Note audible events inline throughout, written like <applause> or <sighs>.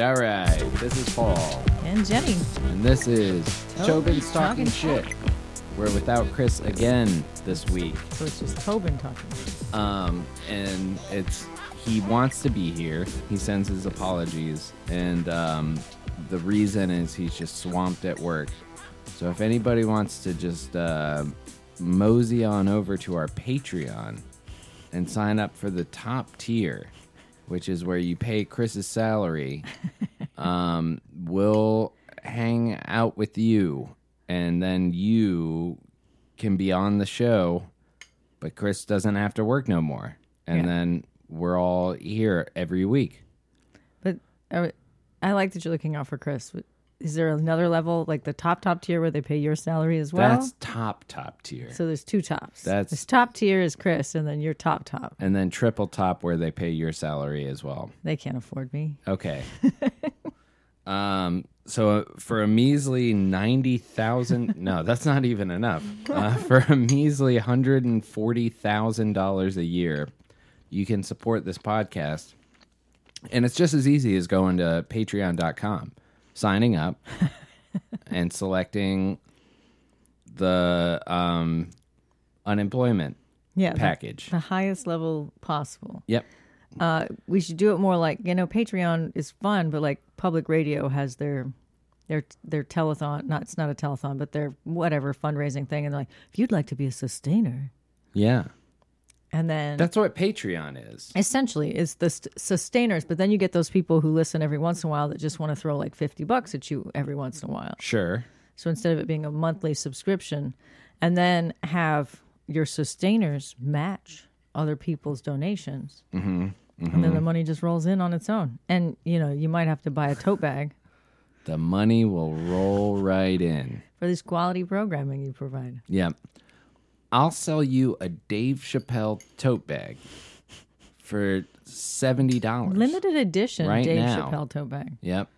All right, this is Paul, And Jenny. and this is Oh, Tobin's talking talking shit. We're without Chris again this week, So it's just Tobin talking. um, and it's he wants to be here. He sends his apologies, and um, the reason is he's just swamped at work. So if anybody wants to just uh, mosey on over to our Patreon and sign up for the top tier, which is where you pay Chris's salary, um, we'll hang out with you, and then you can be on the show, but Chris doesn't have to work no more, and Yeah. then we're all here every week. But uh, I like that you're looking out for Chris. Is there another level, like the top, top tier where they pay your salary as well? That's top top tier. so there's two tops. That's- This top tier is Chris, and then your top top. and then triple top where they pay your salary as well. They can't afford me. Okay. um. So for a measly ninety thousand, no, that's not even enough. Uh, for a measly hundred and forty thousand dollars a year, you can support this podcast, and it's just as easy as going to Patreon.com, signing up, and selecting the um, unemployment Yeah. the- package. The, highest level possible. Yep. Uh, we should do it more like you know, Patreon is fun, but like public radio has their. Their, their telethon not it's not a telethon but their whatever fundraising thing and they're like if you'd like to be a sustainer Yeah. and then That's what Patreon is. essentially it's the st- sustainers but then you get those people who listen every once in a while that just want to throw like 50 bucks at you every once in a while Sure. so instead of it being a monthly subscription and then have your sustainers match other people's donations mm-hmm. and then the money just rolls in on its own and you know you might have to buy a tote bag The money will roll right in. for this quality programming you provide Yep. I'll sell you a Dave Chappelle tote bag for seventy dollars. limited edition Right dave now. chappelle tote bag Yep.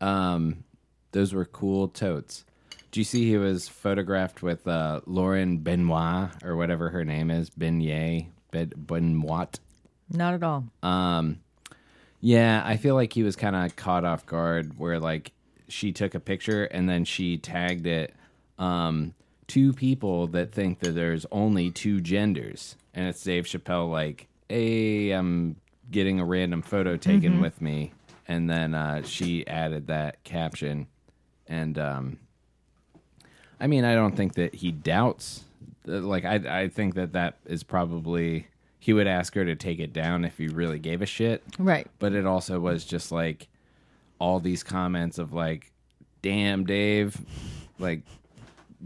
Um, those were cool totes. Do you see he was photographed with uh, Lauren Benoit or whatever her name is, Beignet, Ben Benoit? not at all Yeah, I feel like he was kind of caught off guard where like she took a picture and then she tagged it um two people that think that there's only two genders and it's Dave Chappelle like, "Hey, I'm getting a random photo taken with me." And then uh she added that caption and um I mean, I don't think that he doubts. uh, Like, I I think that that is probably he would ask her to take it down if he really gave a shit right but it also was just like all these comments of like damn dave like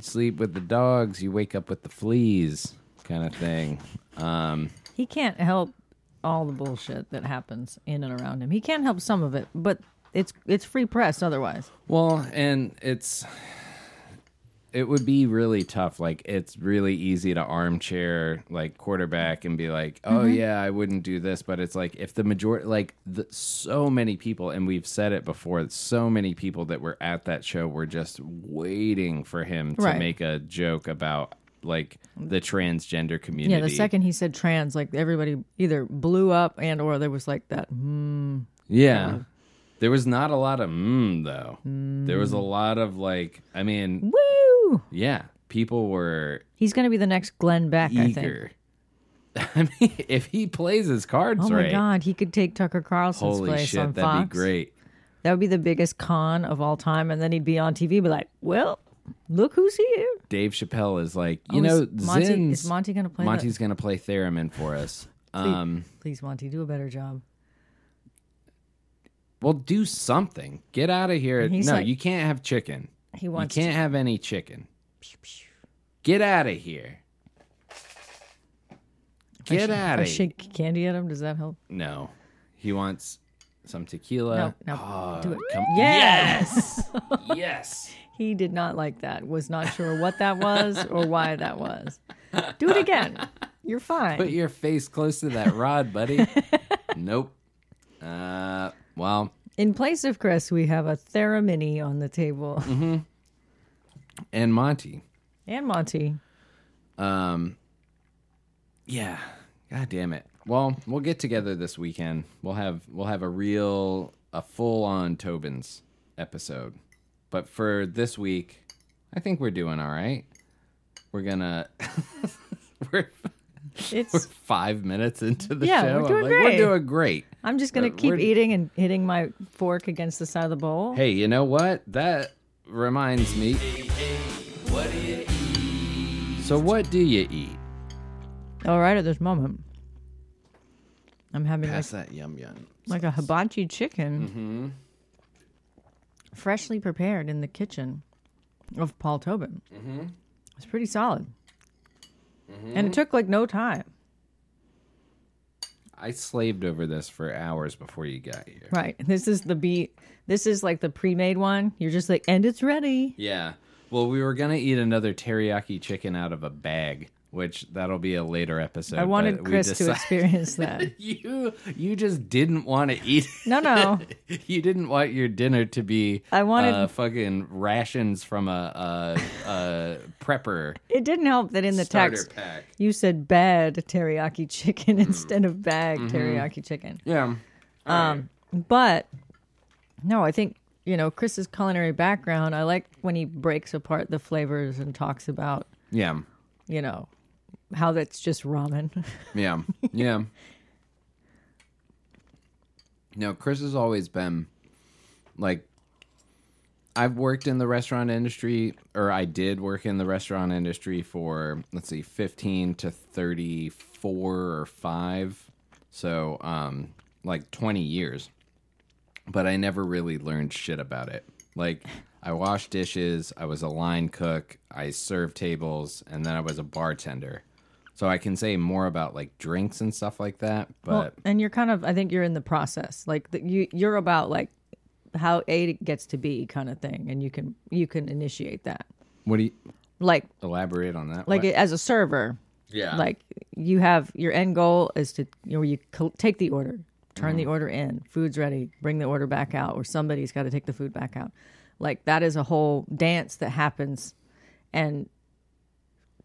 sleep with the dogs you wake up with the fleas kind of thing um he can't help all the bullshit that happens in and around him. He can't help some of it, but it's it's free press otherwise. well and it's it would be really tough like it's really easy to armchair like quarterback and be like oh Mm-hmm. yeah i wouldn't do this but it's like if the majority like the, so many people and we've said it before so many people that were at that show were just waiting for him to Right. make a joke about like the transgender community Yeah, the second he said trans, like everybody either blew up and or there was like that. Hmm. yeah there was not a lot of mm though there was a Mm. lot of like i Hmm? mean Woo! yeah people were He's gonna be the next Glenn Beck, I think. eager. <laughs> I mean, if he plays his cards Oh my right, God, he could take Tucker Carlson's holy place shit, on that'd Fox. be great. That would be the biggest con of all time, and then he'd be on TV, be like, "Well, look who's here." Dave Chappelle is like, you Oh, know, is Monty, Zinn's, is Monty gonna play? Monty's gonna play theremin for <laughs> us. the, please, Um, please, Monty, do a better job. well, do something. Get out of here. he's No, like- you can't have chicken. He You wants. can't have any chicken. Get out of here. to, Get I out of here. shake candy at him. Does that help? No, he wants some tequila. No, no. Oh, Do it. come- Yes! <laughs> yes. yes. He did not like that. Was not sure what that was or why that was. Do it again. You're fine. Put your face close to that rod, <laughs> buddy. nope. Uh, well, In place of Chris, we have a Theramini on the table Mm-hmm. and Monty. and Monty. Um, yeah. God damn it. Well, we'll get together this weekend. We'll have we'll have a real a full on Tobin's episode. But for this week, I think we're doing all right. We're gonna <laughs> we're, we're <laughs> It's. five minutes into the Yeah, show. we're I'm doing like, great. We're doing great. I'm just gonna Uh, keep we're- eating and hitting my fork against the side of the bowl. Hey, you know what? That reminds me. So what do you eat? All right, at this moment, I'm having like, Pass that yum yum. like a hibachi chicken, Mm-hmm. freshly prepared in the kitchen of Paul Tobin. Mm-hmm. It's pretty solid, Mm-hmm. and it took like no time. I slaved over this for hours before you got here. Right. This is the beat. This is like the pre-made one. You're just like, and it's ready. Yeah. Well, we were gonna eat another teriyaki chicken out of a bag, which that'll be a later episode. I wanted but we Chris to decide- experience that. <laughs> You you just didn't want to eat. No, no. <laughs> you didn't want your dinner to be. I wanted- uh, fucking rations from a a, a <laughs> prepper It didn't help that in the starter Mm-hmm. text pack. you said bad teriyaki chicken instead of bag Mm-hmm. teriyaki chicken. Yeah. But no, I think you know Chris's culinary background. I like when he breaks apart the flavors and talks about Yeah. you know how that's just ramen. <laughs> Yeah. Yeah. no, Chris has always been like I've worked in the restaurant industry or I did work in the restaurant industry for let's see 15 to 34 or 5. So, um like 20 years. But I never really learned shit about it. Like I washed dishes, I was a line cook, I served tables, and then I was a bartender. So I can say more about like drinks and stuff like that, but Well, and you're kind of I think you're in the process. Like the, you you're about like how A gets to B kind of thing, and you can you can initiate that. what do you Like elaborate on that? like What- as a server, yeah. Uh-huh. like you have your end goal is to you know you col- take the order turn Mm-hmm. the order in food's ready bring the order back out or somebody's got to take the food back out like that is a whole dance that happens and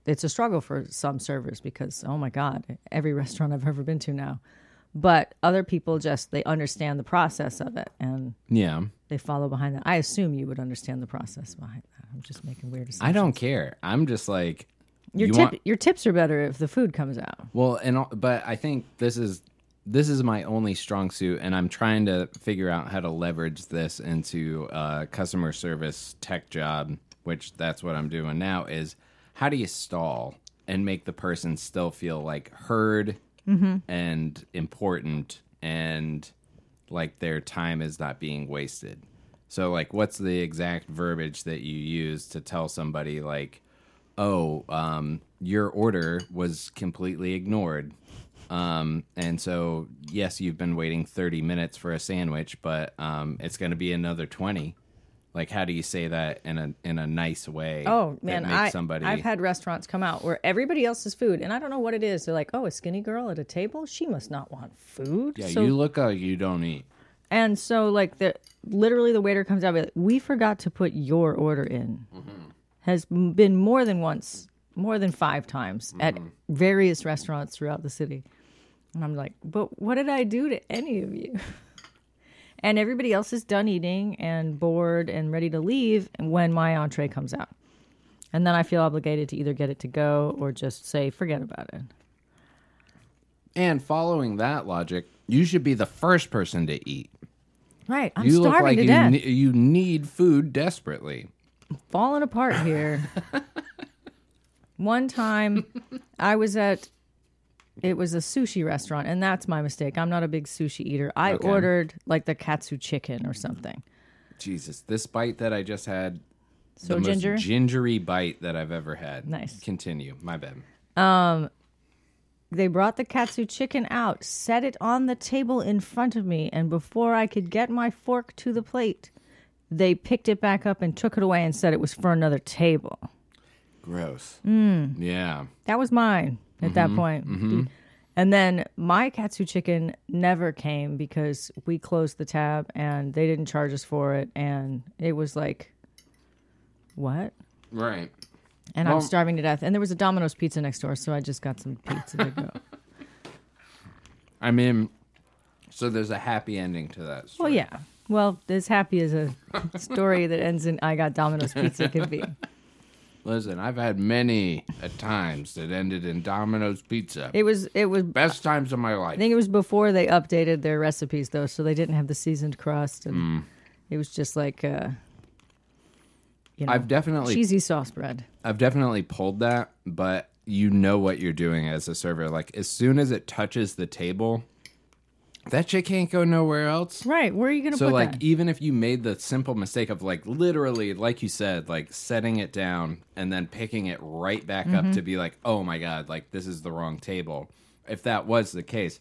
it's a struggle for some servers because oh my god every <laughs> restaurant i've ever been to now but other people just they understand the process of it and Yeah. they follow behind that i assume you would understand the process behind that i'm just making weird assumptions I don't care. I'm just like your, you tip, want- your tips are better if the food comes out well, and all- but I think this is this is my only strong suit, and I'm trying to figure out how to leverage this into a customer service tech job, which that's what I'm doing now. Is how do you stall and make the person still feel like heard and important and like their time is not being wasted. So like what's the exact verbiage that you use to tell somebody like, "Oh, um your order was completely ignored." Um and so yes, you've been waiting 30 minutes for a sandwich, but um it's going to be another 20. Like how do you say that in a in a nice way? Oh that man, makes I, somebody I've had restaurants come out where everybody else's food, and I don't know what it is. They're like, "Oh, a skinny girl at a table? She must not want food." Yeah, so, you look like you don't eat. and so like the literally the waiter comes out, and be like, "We forgot to put your order in." Mm-hmm. Has m- been more than once, more than five times at Mm-hmm. various restaurants throughout the city, and I'm like, "But what did I do to any of you?" <laughs> and everybody else is done eating and bored and ready to leave when my entree comes out. And then I feel obligated to either get it to go or just say, forget about it. And following that logic, you should be the first person to eat. Right. I'm you starving look like to you, death. ne- you need food desperately. Falling apart here. One time I was at, it was a sushi restaurant, and that's my mistake. I'm not a big sushi eater. I Okay. ordered like the katsu chicken or something. Jesus, this bite that I just had, So the ginger? most gingery bite that I've ever had. Nice. Continue. My bad. they brought the katsu chicken out, set it on the table in front of me, and before I could get my fork to the plate, they picked it back up and took it away and said it was for another table. Gross. Mm. Yeah. That was mine at that point. And then my katsu chicken never came because we closed the tab and they didn't charge us for it. And it was like, what? Right. And Well- I'm starving to death. And there was a Domino's pizza next door, so I just got some pizza to go. I mean, so there's a happy ending to that. Well, Story. yeah. Well, as happy as a story that ends in "I got Domino's pizza" could be. Listen, I've had many at times that ended in Domino's Pizza. It was. It was. Best times of my life. I think it was before they updated their recipes though, so they didn't have the seasoned crust, and it was just like uh, you know I've definitely cheesy sauce bread. I've definitely pulled that, but you know what you're doing as a server. Like as soon as it touches the table, that shit can't go nowhere else. Right. Where are you going to So put like that? even if you made the simple mistake of like literally like you said like setting it down and then picking it right back Mm-hmm. up to be like oh my god like this is the wrong table if that was the case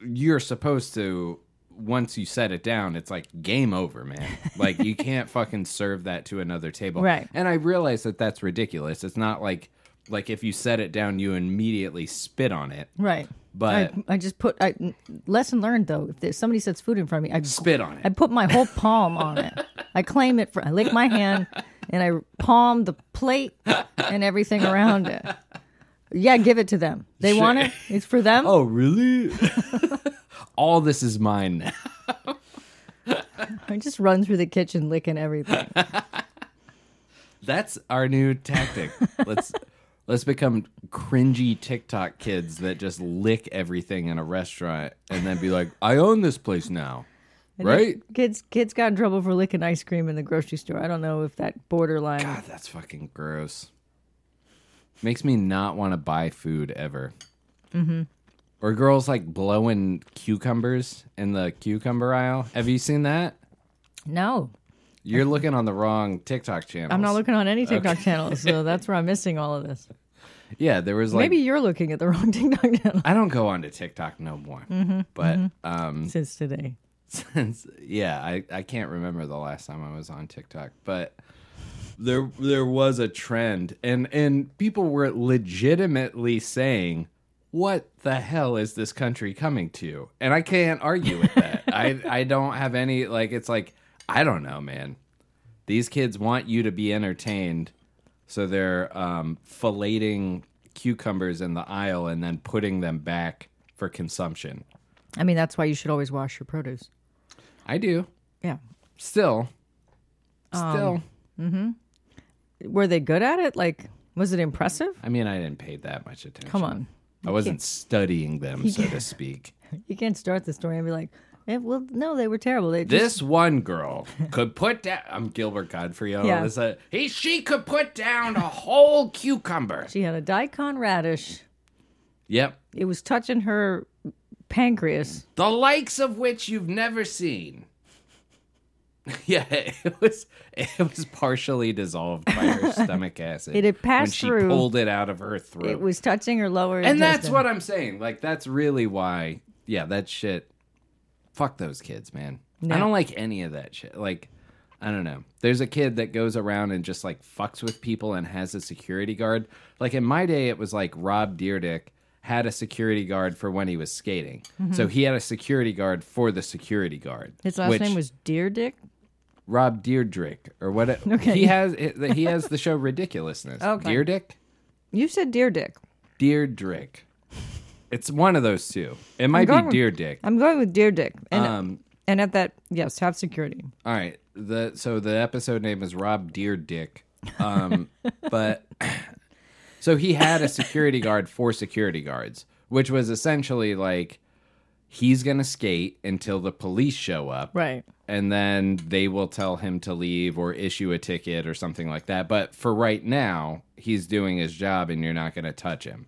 you're supposed to once you set it down it's like game over man like <laughs> you can't fucking serve that to another table Right. and I realize that that's ridiculous it's not like like if you set it down you immediately spit on it Right. but I, I just put. I, lesson learned though. If there's- somebody sets food in front of me, I spit on I it put my whole palm on it. I claim it for. I lick my hand and I palm the plate and everything around it. Yeah, give it to them. They Sure. want it. It's for them. oh really <laughs> all this is mine <laughs> now I just run through the kitchen licking everything. That's our new tactic. let's <laughs> let's become cringy TikTok kids that just lick everything in a restaurant and then be like, "I own this place now." Right? Kids, kids got in trouble for licking ice cream in the grocery store. I don't know if that borderline. God, Ah, that's fucking gross. Makes me not want to buy food ever. Mm-hmm. Or girls like blowing cucumbers in the cucumber aisle. Have you seen that? No, <laughs> You're looking on the wrong TikTok channel. I'm not looking on any TikTok channels, so that's where I'm missing all of this. Yeah, there was like Maybe you're looking at the wrong <laughs> TikTok channel I don't go onto TikTok no more. But um since today. since yeah I, I can't remember the last time i was on tiktok but there there was a trend and and people were legitimately saying what the hell is this country coming to and i can't argue with that i i don't have any like it's like i don't know man these kids want you to be entertained so they're um filleting cucumbers in the aisle and then putting them back for consumption I mean, that's why you should always wash your produce. i do Yeah. Still. Um, Still. Were they good at it? Like, was it impressive? I mean, I didn't pay that much attention. Come on. I wasn't studying <laughs> them, so to speak. You can't start the story and be like, eh, well, no, they were terrible. They just, This one girl could put down. I'm Gilbert Godfrey. All Yeah. this, uh, he, she could put down a whole cucumber. she had a daikon radish. Yep. It was touching her pancreas. The likes of which you've never seen. <laughs> Yeah, it was it was partially dissolved by <laughs> her stomach acid. It had when passed she through. pulled it out of her throat. It was touching her lower And that's intestine. what I'm saying. Like that's really why. Yeah, that shit. Fuck those kids, man. I don't like any of that shit. Like, I don't know. There's a kid that goes around and just like fucks with people and has a security guard. Like in my day, it was like Rob Deerdick had a security guard for when he was skating. So he had a security guard for the security guard. Mm-hmm. His last which- name was Deer Dick. Rob Deerdrick or what? <laughs> it- He has he has the show Ridiculousness. Okay. Deerdick. You said Deer Dick. Deerdrick. It's one of those two. It might going be with- Deerdick. I'm going with Deer Dick. And, Um, and at that, yes, have security. All right. The so the episode name is Rob Deer Dick. <laughs> Um but <clears throat> so he had a security guard for security guards, which was essentially like he's going to skate until the police show up. Right. And then they will tell him to leave or issue a ticket or something like that. But for right now, he's doing his job and you're not going to touch him.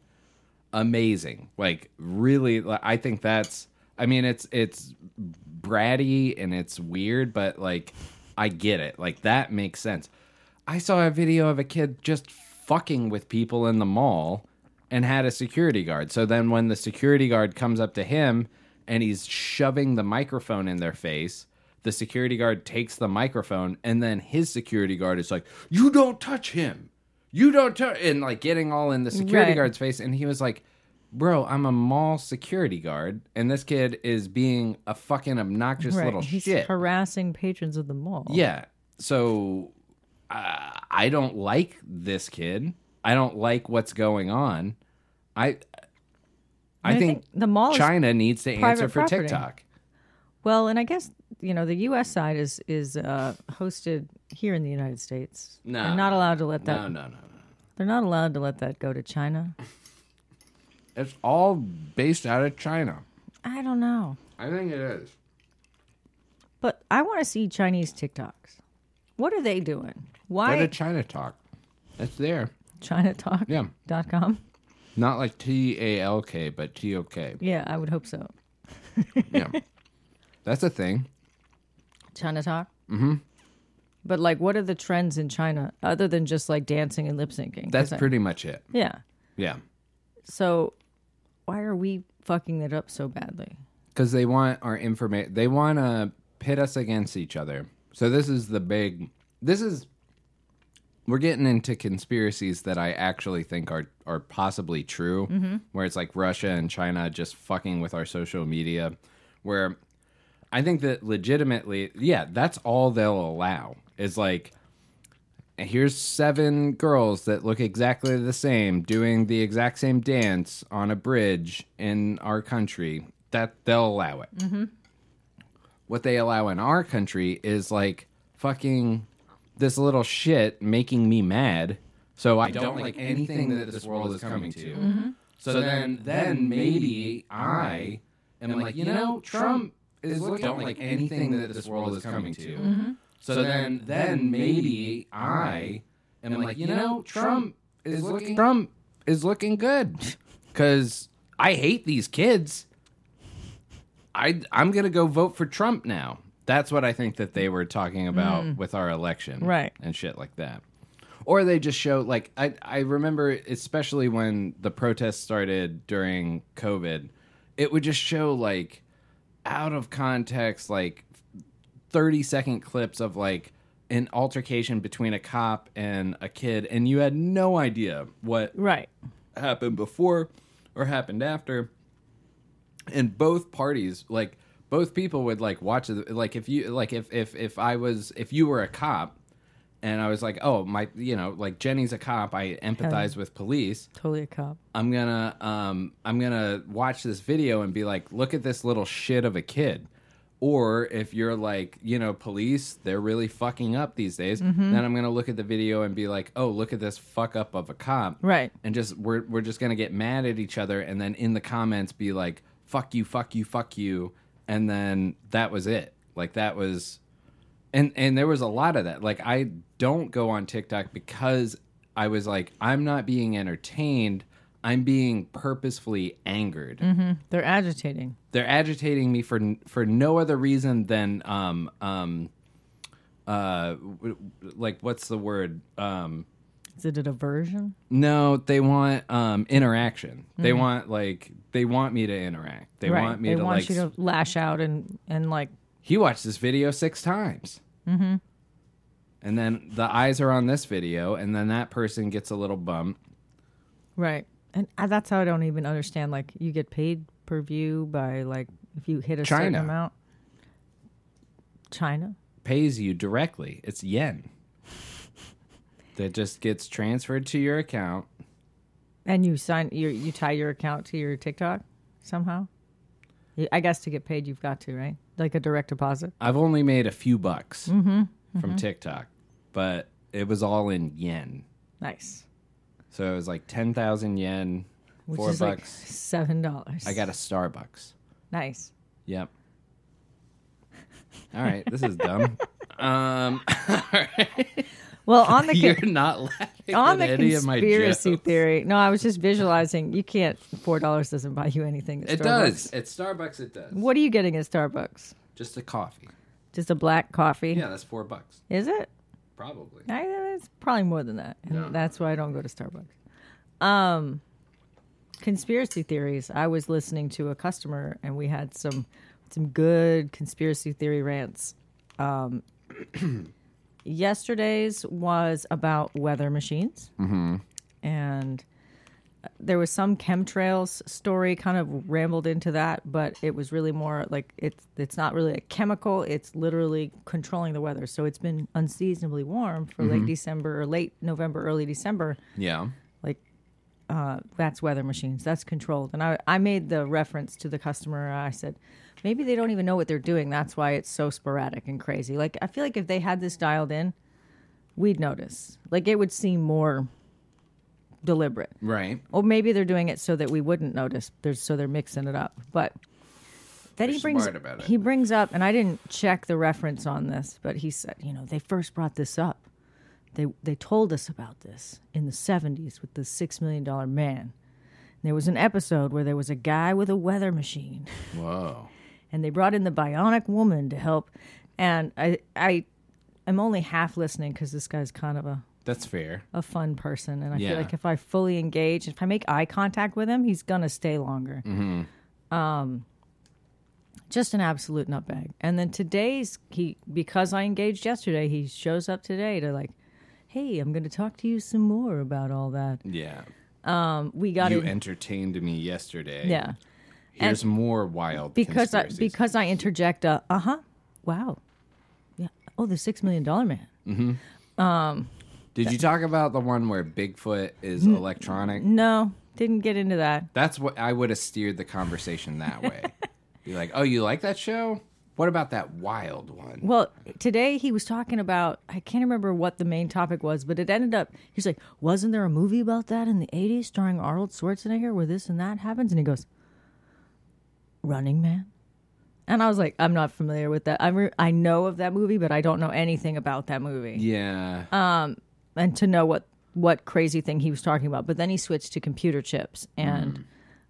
Amazing. Like really like, I think that's I mean it's it's bratty and it's weird, but like I get it. Like that makes sense. I saw a video of a kid just fucking with people in the mall and had a security guard. So then when the security guard comes up to him and he's shoving the microphone in their face, the security guard takes the microphone and then his security guard is like, "You don't touch him. You don't touch." And like getting all in the security Right. guard's face and he was like, "Bro, I'm a mall security guard and this kid is being a fucking obnoxious Right. little He's shit." harassing patrons of the mall. Yeah. So uh, I don't like this kid. I don't like what's going on. I I I think, think the mall is China needs to private answer for property. TikTok. Well, and I guess you know the U.S. side is is uh, hosted here in the United States. No. they're not allowed to let that. No, no, no, no. They're not allowed to let that go to China. It's all based out of China. I don't know, I think it is. but I want to see Chinese TikToks. What are they doing? Go to Why China Talk. It's there. ChinaTalk.com? Yeah. Not like T A L K, but T O K. Yeah, I would hope so. Yeah. That's a thing. China Talk. Mm-hmm. But like, what are the trends in China other than just like dancing and lip syncing? 'Cause That's I- pretty much it. Yeah. Yeah. So, why are we fucking it up so badly? because they want our information. They want to pit us against each other. So this is the big. This is we're getting into conspiracies that I actually think are are possibly true. Where it's like Russia and China just fucking with our social media. Where I think that legitimately, yeah, that's all they'll allow is like. Here's seven girls that look exactly the same doing the exact same dance on a bridge in our country. That they'll allow it. What they allow in our country is like fucking this little shit making me mad. So I don't, like anything that this world is coming to. So, then, then maybe I am like, you know, Trump is looking. Don't like anything that this world is coming to. So then, then maybe I am like, you know, Trump is looking. Trump is looking good, <laughs> because I hate these kids. I I'm gonna go vote for Trump now. That's what I think that they were talking about with our election, Right. And shit like that. Or they just show like I I remember especially when the protests started during COVID, it would just show like out of context like 30 second clips of like an altercation between a cop and a kid and you had no idea what Right. happened before or happened after and both parties like both people would like watch the, like if you like if if if i was if you were a cop and i was like oh my you know like jenny's a cop i empathize with police Totally a cop. I'm gonna um, I'm gonna watch this video and be like, look at this little shit of a kid. Or if you're like, you know, police, they're really fucking up these days. Then I'm gonna look at the video and be like, oh, look at this fuck up of a cop. Right. And just we're we're just gonna get mad at each other and then in the comments be like, fuck you, fuck you, fuck you, and then that was it. Like that was and and there was a lot of that like i don't go on tiktok because i was like i'm not being entertained i'm being purposefully angered They're agitating. they're agitating me for for no other reason than um um uh w- w- like what's the word um Is it a diversion? no they want um interaction they want like they want me to interact they want me Mm. they to want like you to lash out and and like he watched this video six times. Mm-hmm. And then the eyes are on this video, and then that person gets a little bump. right. And I, that's how I don't even understand. Like you get paid per view by like if you hit a certain China. amount. China. Pays you directly. It's <laughs> yen that just gets transferred to your account. And you sign you you tie your account to your TikTok somehow. You, I guess to get paid, you've got to right like a direct deposit. I've only made a few bucks Mm-hmm. from TikTok, but it was all in yen. Nice, So it was like 10,000 yen, which four is like bucks. seven dollars. I got a Starbucks. nice. Yep. All right. This is dumb. <laughs> um, <laughs> all right. <laughs> Well, on the ca- You're not laughing on the at any of my conspiracy jokes. theory. No, I was just visualizing. You can't. Four dollars doesn't buy you anything. At It Starbucks. does. At Starbucks, it does. What are you getting at Starbucks? Just a coffee. Just a black coffee? Yeah, that's four bucks, Is it? probably. I, it's probably more than that, and No. that's why I don't go to Starbucks. Um, conspiracy theories. I was listening to a customer, and we had some some good conspiracy theory rants. Um, <clears throat> yesterday's was about weather machines, mm-hmm. and there was some chemtrails story kind of rambled into that, but it was really more like it's it's not really a chemical, it's literally controlling the weather. So it's been unseasonably warm for late December or late November, early December. Yeah. Like uh, that's weather machines. That's controlled. And I, I made the reference to the customer. I said, maybe they don't even know what they're doing. That's why it's so sporadic and crazy. Like, I feel like if they had this dialed in, we'd notice. Like, it would seem more deliberate. Right. Or maybe they're doing it so that we wouldn't notice. There's so they're mixing it up. But then he They're brings smart about it. he brings up, and I didn't check the reference on this, but he said, you know, they first brought this up. They they told us about this in the '70s with the Six Million Dollar Man. There was an episode where there was a guy with a weather machine Whoa. and they brought in the bionic woman to help. And I I am only half listening because this guy's kind of a That's fair. a fun person, and I Yeah. feel like if I fully engage, if I make eye contact with him, he's gonna stay longer. Um, Mm-hmm. just an absolute nutbag. And then today's he because I engaged yesterday, he shows up today to like, hey, I'm gonna talk to you some more about all that. Yeah. We got you it. entertained me yesterday. Um, yeah, Here's more wild because I conspiracies. because I interject a uh huh, wow, yeah, oh the six million dollar man. Did you talk about the one where Bigfoot is electronic? No, didn't get into that. That's what I would have steered the conversation that way. Be like, oh, you like that show? What about that wild one? Well, today he was talking about I can't remember what the main topic was, but it ended up he's like, "Wasn't there a movie about that in the '80s starring Arnold Schwarzenegger where this and that happens?" And he goes, "Running Man," and I was like, "I'm not familiar with that. I re- I know of that movie, but I don't know anything about that movie." Yeah. Um, And to know what what crazy thing he was talking about, but then he switched to computer chips and.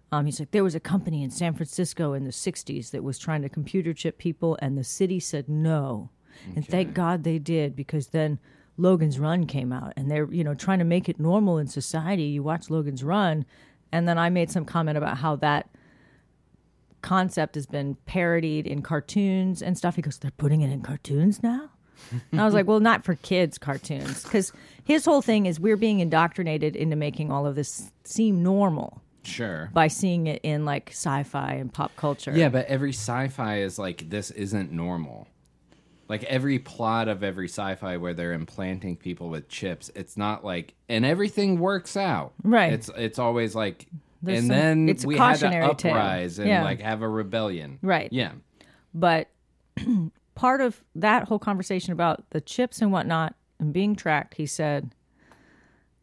Um, he's like, there was a company in San Francisco in the 60s that was trying to computer chip people, and the city said no. And thank God they did because then Logan's Run came out, and they're, you know, trying to make it normal in society. You watch Logan's Run, and then I made some comment about how that concept has been parodied in cartoons and stuff. He goes, they're putting it in cartoons now? And I was like, well, not for kids cartoons. Because his whole thing is we're being indoctrinated into making all of this seem normal sure. by seeing it in like sci-fi and pop culture. Yeah, but every sci-fi is like this isn't normal. Like every plot of every sci-fi where they're implanting people with chips, it's not like and everything works out. Right. It's it's always like There's and some- then it's a we had to cautionary tale. uprise and Yeah. like have a rebellion. Right. Yeah. But <clears throat> part of that whole conversation about the chips and whatnot and being tracked, he said, um,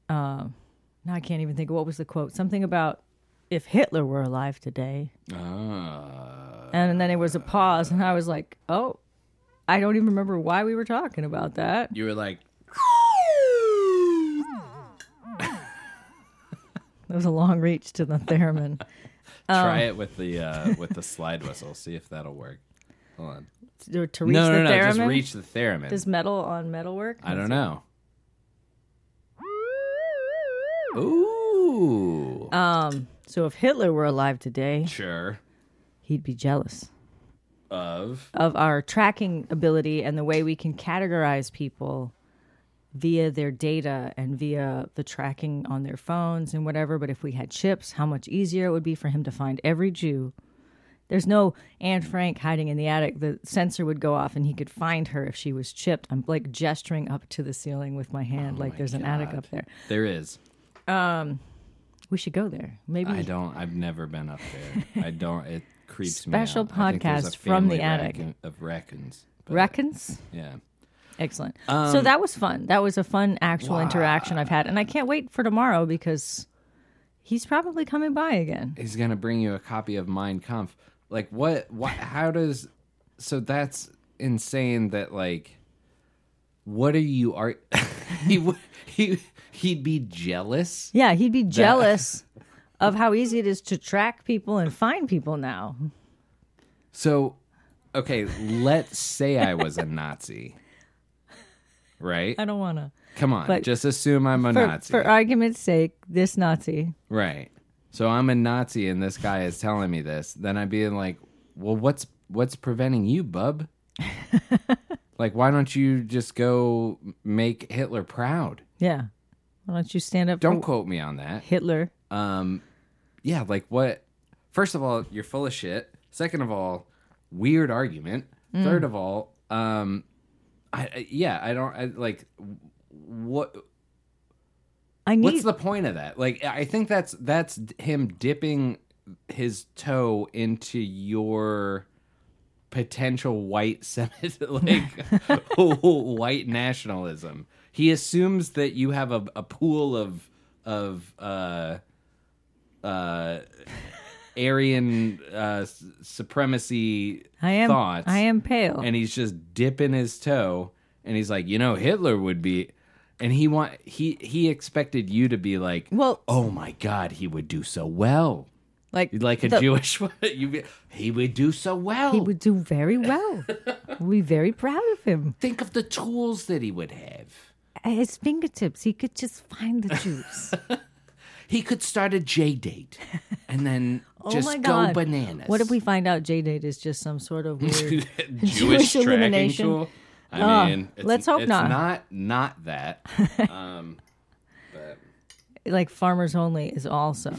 now I can't even think of what was the quote. Something about if Hitler were alive today. Ah. And then it was a pause, and I was like, oh, I don't even remember why we were talking about that. you were <laughs> like That was a long reach to the theremin. try Um. it with the uh with the slide whistle, see if that'll work. Hold on. to, to reach No, the no, no, theremin. just reach the theremin. Does metal on metal work? I don't know. Ooh. Um, so if Hitler were alive today, sure. he'd be jealous Of. of our tracking ability and the way we can categorize people via their data and via the tracking on their phones and whatever. But if we had chips, how much easier it would be for him to find every Jew. There's no Anne Frank hiding in the attic. The sensor would go off and he could find her if she was chipped. I'm like gesturing up to the ceiling with my Oh hand, like there's an attic up there. There is. We should go there. Maybe I don't. I've never been up there. I don't. It creeps Special me out. I think there's a podcast from the family attic. raccoon- of raccoons. But, Um, reckons. yeah. Excellent. so that was fun. That was a fun actual interaction I've had, and I can't wait for tomorrow because he's probably coming by again. He's gonna bring you a copy of Mein Kampf. Like what? What? How does? So that's insane. That like. What are you? Are <laughs> he? would- He? He'd be jealous. Yeah, he'd be jealous of how easy it is to track people and find people now. So, okay, let's say I was <laughs> a Nazi, right? I don't want to. Come on, but- just assume I'm a For, Nazi, for uh, argument's sake, this Nazi. right? So I'm a Nazi, and this guy is telling me this. Then I'd be like, "Well, what's what's preventing you, <laughs> bub? like, why don't you just go make Hitler proud? Yeah. Why don't you stand up Don't for quote me on that. Hitler? Um, yeah, like what? First of all, you're full of shit. Second of all, weird argument. Third of all, um, I, I yeah, I don't I, like what. I need What's the point of that? Like, I think that's that's him dipping his toe into your potential white <laughs> Semitic, like <laughs> white nationalism. He assumes that you have a, a pool of of uh, uh, Aryan uh, s- supremacy I am thoughts I am pale. and he's just dipping his toe and he's like you know hitler would be and he want he he expected you to be like well, oh my god he would do so well like like a the- jewish <laughs> you be, he would do so well he would do <laughs> very well. we very proud of him. think of the tools that he would have At his fingertips, he could just find the juice. he could start a j date and then <laughs> oh just my go god, bananas What if we find out J date is just some sort of <laughs> weird? <laughs> Jewish jewish tracking elimination? tool i Ugh, mean it's, let's hope it's not. not not <laughs> that um, like farmers only is also.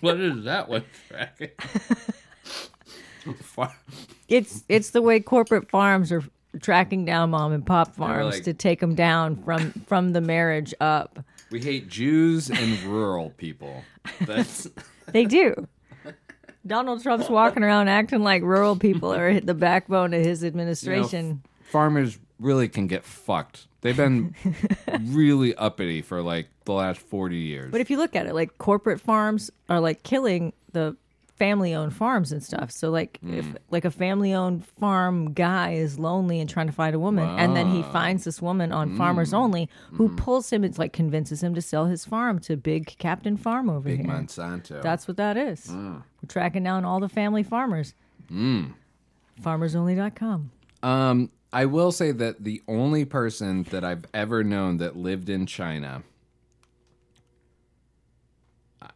what is that one tracking Far- It's it's the way corporate farms are tracking down mom and pop farms like- to take them down from from the marriage up. <laughs> We hate Jews and rural people. That's They do. Donald Trump's walking around acting like rural people are the backbone of his administration. <laughs> farmers really can get fucked. They've <laughs> been really uppity for like the last 40 years. But if you look at it, like corporate farms are like killing the family-owned farms and stuff. So like Hmm. if like a family-owned farm guy is lonely and trying to find a woman and then he finds this woman Hmm. on Farmers Only who pulls him it's like convinces him to sell his farm to Big Captain Farm over Big Ah. here. Monsanto. That's what that is. We're tracking down all the family farmers. Hmm. Farmersonly.com. um I will say that the only person that I've ever known that lived in China, Eh.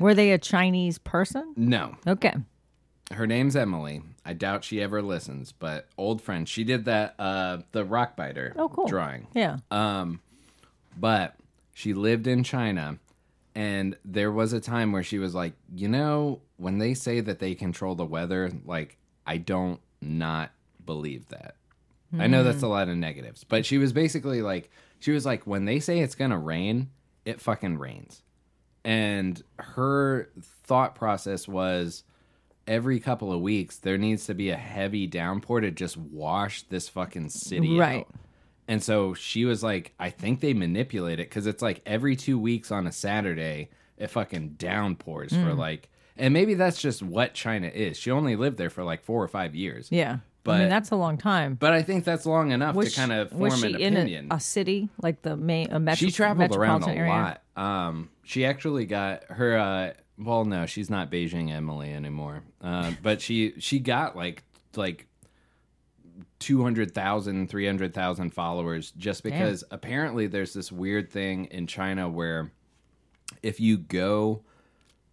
Were they a Chinese person? no, Okay. her name's Emily. I doubt she ever listens, but old friend. She did that uh the rock biter Oh, cool. drawing. Yeah. Uh, but she lived in China. And there was a time where she was like, you know, when they say that they control the weather, like, I don't not believe that. I know that's a lot of negatives, but she was basically like, she was like, when they say it's going to rain, it fucking rains. And her thought process was every couple of weeks, there needs to be a heavy downpour to just wash this fucking city out. Right. And so she was like, I think they manipulate it because it's like every two weeks on a Saturday, it fucking downpours for Hmm. like, and maybe that's just what China is. She only lived there for like four or five years. yeah. I but- mean that's a long time. But I think that's long enough to kind of form was she an in a- opinion. A, city like the main a metro, she traveled around a metropolitan area? lot. Um, she actually got her. Uh, well, no, she's not Beijing Emily anymore. Uh, but she she got like like 200,000, 300,000 followers just because apparently there's this weird thing in China where if you go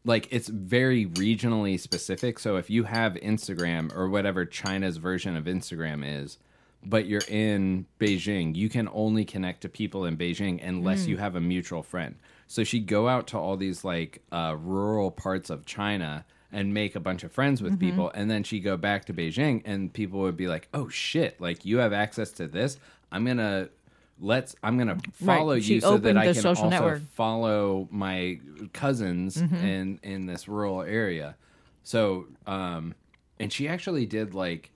like it's very regionally specific. So if you have Instagram or whatever China's version of Instagram is, but you're in Beijing, you can only connect to people in Beijing unless Hmm. you have a mutual friend. So she'd go out to all these like uh, rural parts of China and make a bunch of friends Mm-hmm. with people, and then she'd go back to Beijing, and people would be like, "Oh shit! Like you have access to this. I'm gonna." Let's. I'm gonna follow She you so that opened I the can social also network. follow my cousins in in this rural area. So, um, and she actually did like,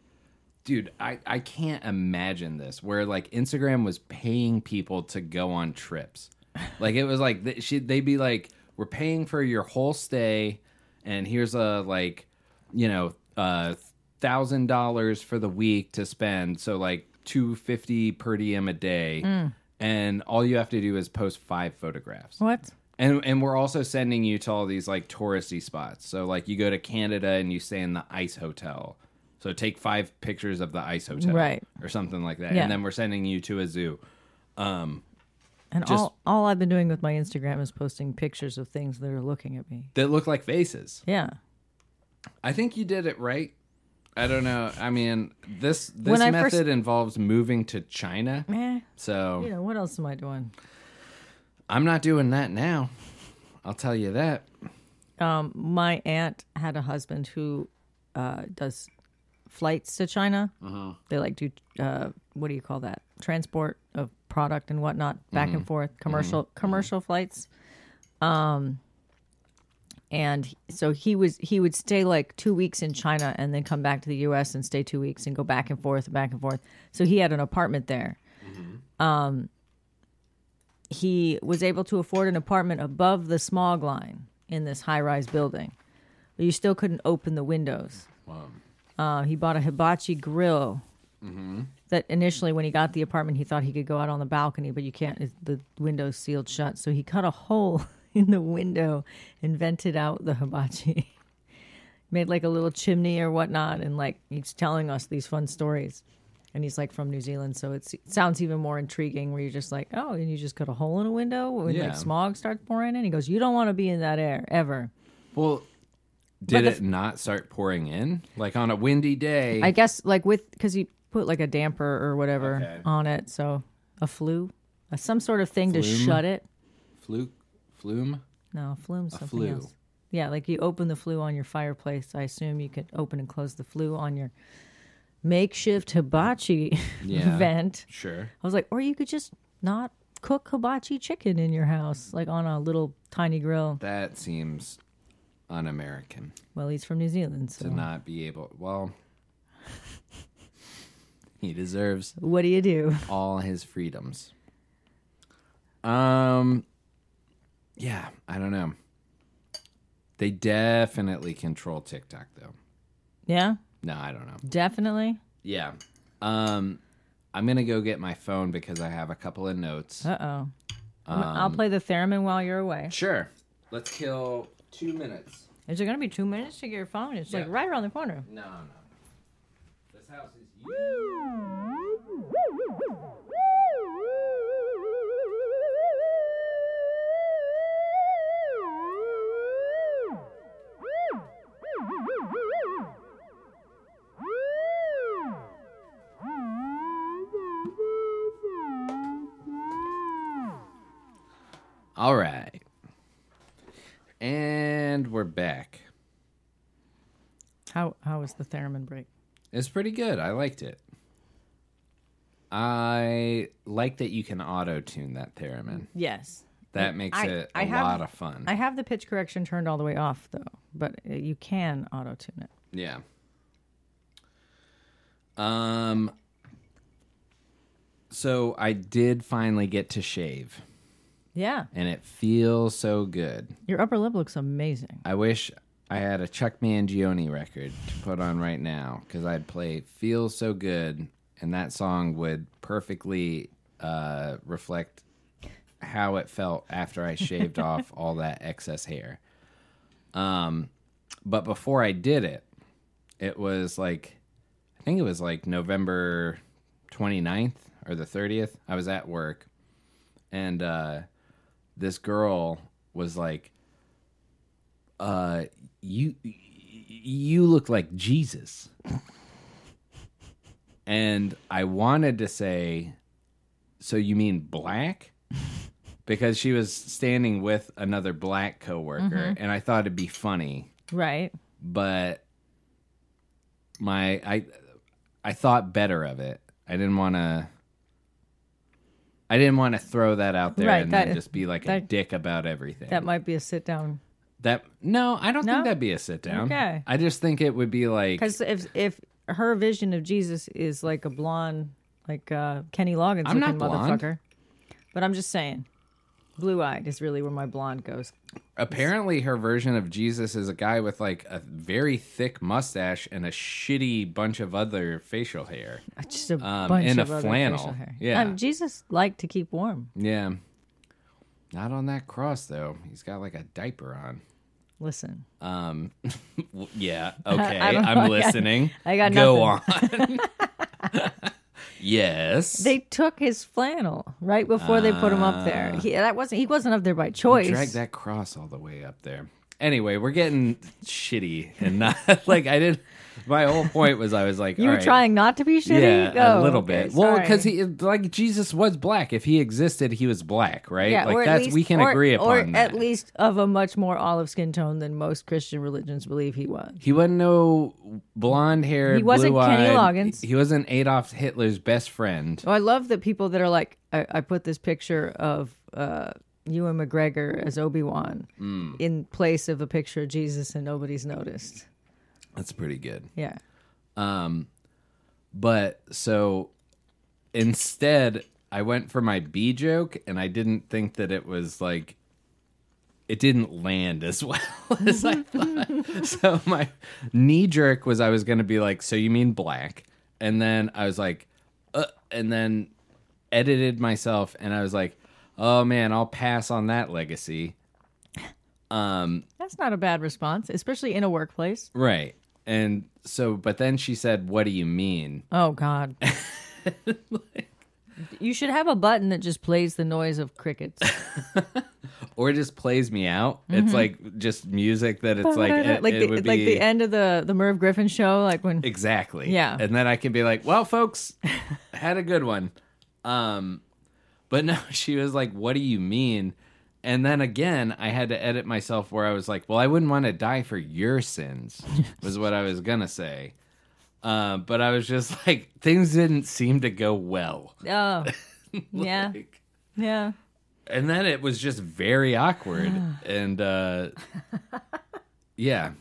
dude, I I can't imagine this where like Instagram was paying people to go on trips, like it was like th- she they'd be like, we're paying for your whole stay, and here's a like, you know, uh, thousand dollars for the week to spend. So like two fifty per diem a day. And all you have to do is post five photographs. What? And and we're also sending you to all these like touristy spots. So like you go to Canada and you stay in the ice hotel. So take five pictures of the ice hotel, Right. or something like that. Yeah. And then we're sending you to a zoo. And Just- all all I've been doing with my Instagram is posting pictures of things that are looking at me. That look like faces. Yeah. I think you did it right. I don't know. I mean, this this When I method first- involves moving to China. Eh, So you know what else am I doing? I'm not doing that now. I'll tell you that. Um, my aunt had a husband who uh, does flights to China. They like do uh, what do you call that? Transport of product and whatnot back and forth commercial commercial flights um and so he was he would stay like two weeks in china and then come back to the us and stay two weeks and go back and forth back and forth so he had an apartment there he was able to afford an apartment above the smog line in this high-rise building, but you still couldn't open the windows. Uh, he bought a hibachi grill. That initially, when he got the apartment, he thought he could go out on the balcony, but you can't. it- The window's sealed shut, so he cut a hole <laughs> in the window and vented out the hibachi. <laughs> Made like a little chimney or whatnot, and like he's telling us these fun stories. And he's like from New Zealand, so it's, it sounds even more intriguing. Where you're just like, oh, and you just cut a hole in a window when Yeah. like smog starts pouring in. He goes, you don't want to be in that air ever. Well, did the it not start pouring in? Like on a windy day? I guess like with because he put like a damper or whatever Okay. on it, so a flu, uh, some sort of thing to Flume? shut it. fluke, flume. No, flume, something flu. else. Yeah, like you open the flue on your fireplace. I assume you could open and close the flue on your makeshift hibachi <laughs> Yeah. vent. Sure. I was like, or you could just not cook hibachi chicken in your house, like on a little tiny grill. That seems un-American Well, he's from New Zealand, to so not be able. Well, he deserves what do you do? <laughs> all his freedoms. Um, yeah, I don't know. They definitely control TikTok though. Yeah, No, I don't know. definitely. Yeah. Um, I'm gonna go get my phone because I have a couple of notes. Uh oh. I'll play the theremin while you're away. Sure. Let's kill two minutes. Is it going to be two minutes to get your phone? It's like Yeah. right around the corner. No, no. This house is huge. All right. And we're back. How how was the theremin break? It's pretty good. I liked it. I like that you can auto tune that theremin. Yes. That makes I- it a I have- lot of fun. I have the pitch correction turned all the way off though, but uh, you can auto tune it. yeah. Um. So I did finally get to shave, Yeah. and it feels so good. Your upper lip looks amazing. I wish I had a Chuck Mangione record to put on right now because I'd play "Feels So Good" and that song would perfectly uh, reflect how it felt after I shaved off all that excess hair. Um, but before I did it, it was like I think it was like November 29th or the 30th. I was at work and uh, this girl was like uh you you look like jesus and i wanted to say so you mean black because she was standing with another black coworker Mm-hmm. and i thought it'd be funny Right. but my i i thought better of it i didn't want to i didn't want to throw that out there Right, and that- then just be like a that- dick about everything That might be a sit down that no, I don't No? think that'd be a sit down. Okay. I just think it would be like cuz if if her vision of Jesus is like a blonde like uh Kenny Loggins I'm not looking blonde. motherfucker. But I'm just saying blue-eyed is really where my blonde goes. apparently her version of Jesus is a guy with like a very thick mustache and a shitty bunch of other facial hair. Just a Um, bunch and of a other flannel. facial hair. Yeah. Um, Jesus liked to keep warm. Yeah. Not on that cross though. He's got like a diaper on. Listen, W- Yeah. Okay. don't know. <laughs> I I'm got- listening. I got Go on. <laughs> <laughs> yes. they took his flannel right Ah. before they put him up there. He that wasn't he wasn't up there by choice. drag that cross all the way up there. Anyway, we're getting shitty and not <laughs> like I did. My whole point was I was like, You all were right, trying not to be shitty? Yeah, a Oh, little okay, bit. Well, because sorry. he like Jesus was black. If he existed, he was black, right? Yeah, or like at that's we least- can or- agree upon Or that. at least of a much more olive skin tone than most Christian religions believe he was. He wasn't no blonde hair. He wasn't Kenny Loggins. He wasn't Adolf Hitler's best friend. Oh, I love the people that are like, I, I put this picture of uh, Ewan McGregor as Obi Wan Mm. in place of a picture of Jesus, and nobody's noticed. That's pretty good. Yeah, But so instead, I went for my B joke, and I didn't think that it was like it didn't land as <laughs> well as I thought. so my knee jerk was I was going to be like, "So you mean black?" And then I was like, uh, and then edited myself, and I was like, "Oh man, I'll pass on that legacy." that's not a bad response, especially in a workplace. Right. And so, but then she said, What do you mean? <laughs> Oh God. You should have a button that just plays the noise of crickets. Or it just plays me out. It's like just music that it's like, it, Mm-hmm. <laughs> like, it the, would like be the end of the, the Merv Griffin show, like when Exactly. Yeah. And then I can be like, Well, <laughs> folks, had a good one. Um, but <laughs> no, she was like, What do you mean? And then again, I had to edit myself where I was like, Well, I wouldn't want to die for your sins, was what I was going to say. Uh, but I was just <laughs> like, things didn't seem to go well. <laughs> oh yeah Like, yeah and then it was just very <sighs> awkward and uh yeah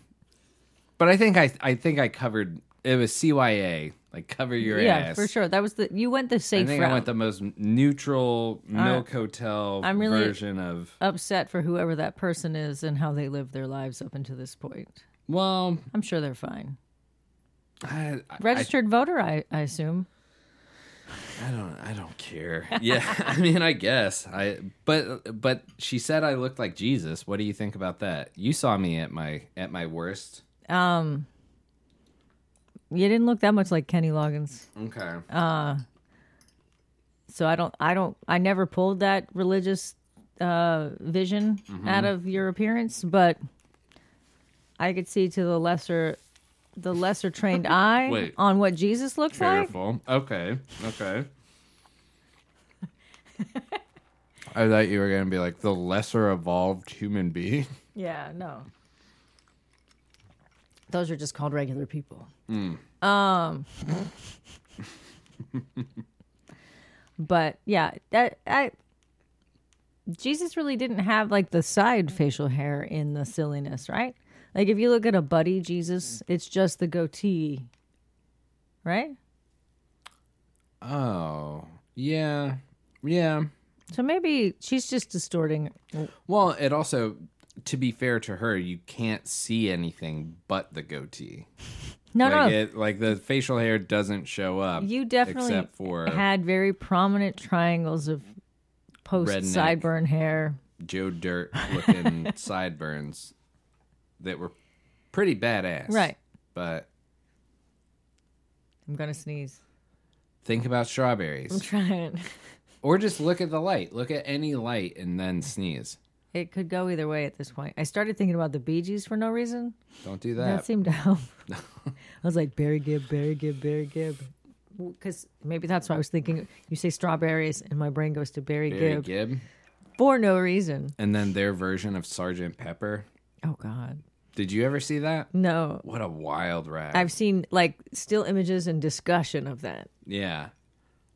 but i think i i think i covered it was cya like cover your yeah ass for sure. That was the you went the i safe think route. i went the most neutral milk hotel Uh, I'm really- version of upset for whoever that person is and how they live their lives up until this point. well I'm sure they're fine. i i, Registered voter, I, I assume. I don't i don't care <laughs> yeah <laughs> i mean i guess i but but she said i looked like jesus what do you think about that you saw me at my at my worst You didn't look that much like Kenny Loggins, okay so I don't. I don't. I never pulled that religious uh, vision Mm-hmm. out of your appearance, but I could see to the lesser, the lesser <laughs> trained eye Wait. on what Jesus looks like. Careful. Okay. Okay. I thought you were gonna be like the lesser evolved human being. Yeah, no. Those are just called regular people. Um, but yeah, that I Jesus really didn't have like the side facial hair in the silliness, right? Like if you look at a buddy Jesus, it's just the goatee, right? Oh, yeah, yeah. So maybe she's just distorting. Well, it also, to be fair to her, you can't see anything but the goatee. No, no, Like it, like the facial hair doesn't show up. You definitely except for had very prominent triangles of post Redneck. sideburn hair. Joe Dirt <laughs> looking sideburns that were pretty badass, Right. But I'm gonna sneeze. <laughs> think about strawberries. I'm trying. Or just look at the light. Look at any light and then sneeze. It could go either way at this point. I started thinking about the Bee Gees for no reason. Don't do That that. seemed to <laughs> help. I was like Barry Gibb, Barry Gibb, Barry Gibb, because maybe that's what I was thinking. You say strawberries, and my brain goes to Barry, Barry Gibb, Gibb. for no reason. And then their version of Sergeant Pepper. Oh God, Did you ever see that? no! What a wild ride. I've seen like still images and discussion of that. yeah.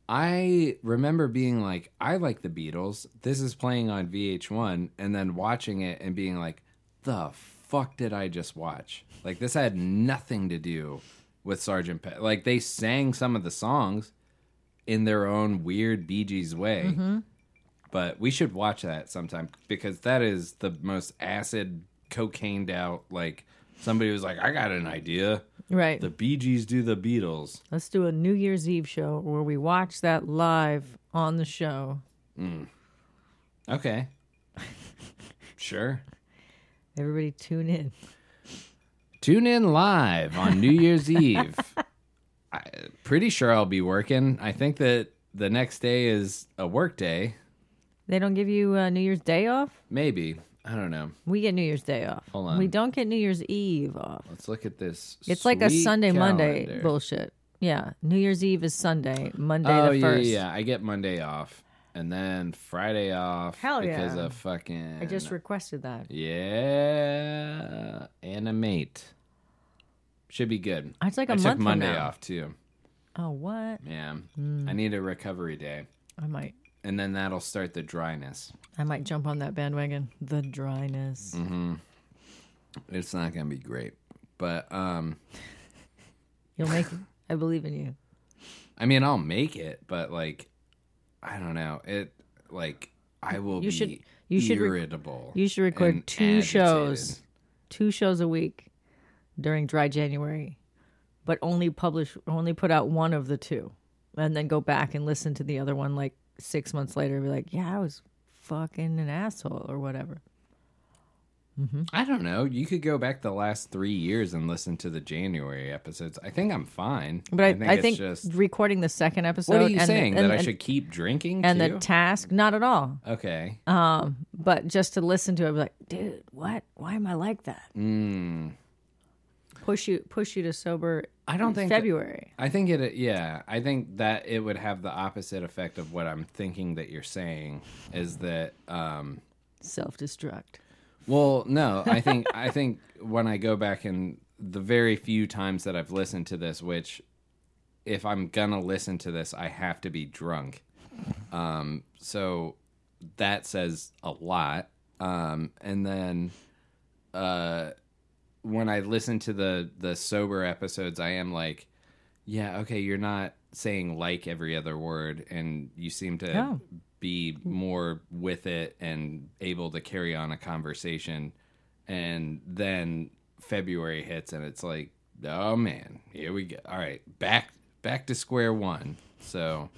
I remember being like, I like the Beatles. This is playing on VH1. And then watching it and being like, the fuck did I just watch? Like, this had nothing to do with Sergeant Pepper. Like, they sang some of the songs in their own weird Bee Gees way. But we should watch that sometime because that is the most acid, cocained out. Like, somebody was like, I got an idea. Right. The Bee Gees do the Beatles. Let's do a New Year's Eve show where we watch that live on the show. Okay. sure. Everybody tune in. Tune in live on New Year's Eve. I, pretty sure I'll be working. I think that the next day is a work day. They don't give you uh, New Year's Day off? Maybe. I don't know. We get New Year's Day off. Hold on. We don't get New Year's Eve off. Let's look at this. It's like a sweet Sunday Monday calendar. bullshit. Yeah, New Year's Eve is Sunday. Monday Oh the yeah, first. yeah. I get Monday off and then Friday off. Hell Because yeah. of fucking. I just requested that. yeah, animate. Should be good. It's like I a took month from Monday now. off too. Oh what? Yeah, Hmm. I need a recovery day, I might. and then that'll start the dryness. I might jump on that bandwagon. The dryness. Mm-hmm. It's not gonna be great, but um, You'll make it. I believe in you. I mean, I'll make it. But like, I don't know. It like I will You be should- you should re- irritable. You should record and two shows, two shows a week during dry January, but only publish, only put out one of the two, and then go back and listen to the other one like six months later. And be like, yeah, I was fucking an asshole or whatever. I don't know. You could go back the last three years and listen to the January episodes. I think I'm fine. But I, I think, it's just. recording the second episode. What are you and, saying? and- that I and- should keep drinking And too? the Um, task, not at all. okay. But just to listen to it, I'd be like, dude, what? Why am I like that? Hmm. Push you, push you to sober. I don't think February. I think it. Yeah, I think that it would have the opposite effect of what I'm thinking that you're saying is that. um Self destruct. Well, no, I think I think when I go back and the very few times that I've listened to this, which if I'm gonna listen to this, I have to be drunk. Um, so that says a lot. Um, and then uh, when I listen to the the sober episodes, I am like, yeah, okay, you're not saying like every other word, and you seem to No. be more with it and able to carry on a conversation. And then February hits, and it's like, oh man, here we go. All right, back back to square one. So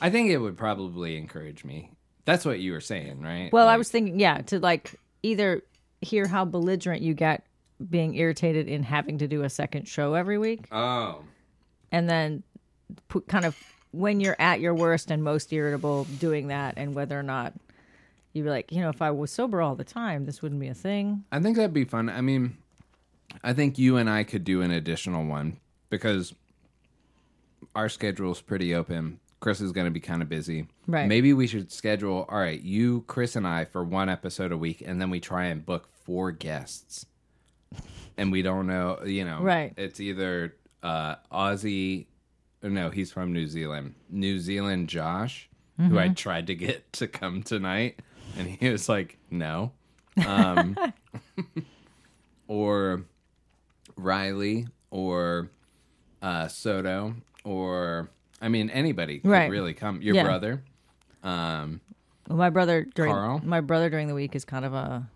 I think it would probably encourage me. That's what you were saying, right? Well, I Like- was thinking, yeah, to like either hear how belligerent you get being irritated in having to do a second show every week, Oh, and then put kind of when you're at your worst and most irritable doing that, and whether or not you'd be like, you know, if I was sober all the time, this wouldn't be a thing. I think that'd be fun. I mean, I think you and I could do an additional one because our schedule's pretty open. Chris is going to be kind of busy. Right. Maybe we should schedule, all right, you, Chris, and I for one episode a week, and then we try and book four guests. And we don't know, you know. Right. It's either uh, Aussie, no, he's from New Zealand. New Zealand Josh, who Mm-hmm. I tried to get to come tonight, and he was like, no or Riley or uh, Soto or I mean anybody could Right. really come. Your Yeah. brother, Well, my brother during Carl? my brother during the week is kind of a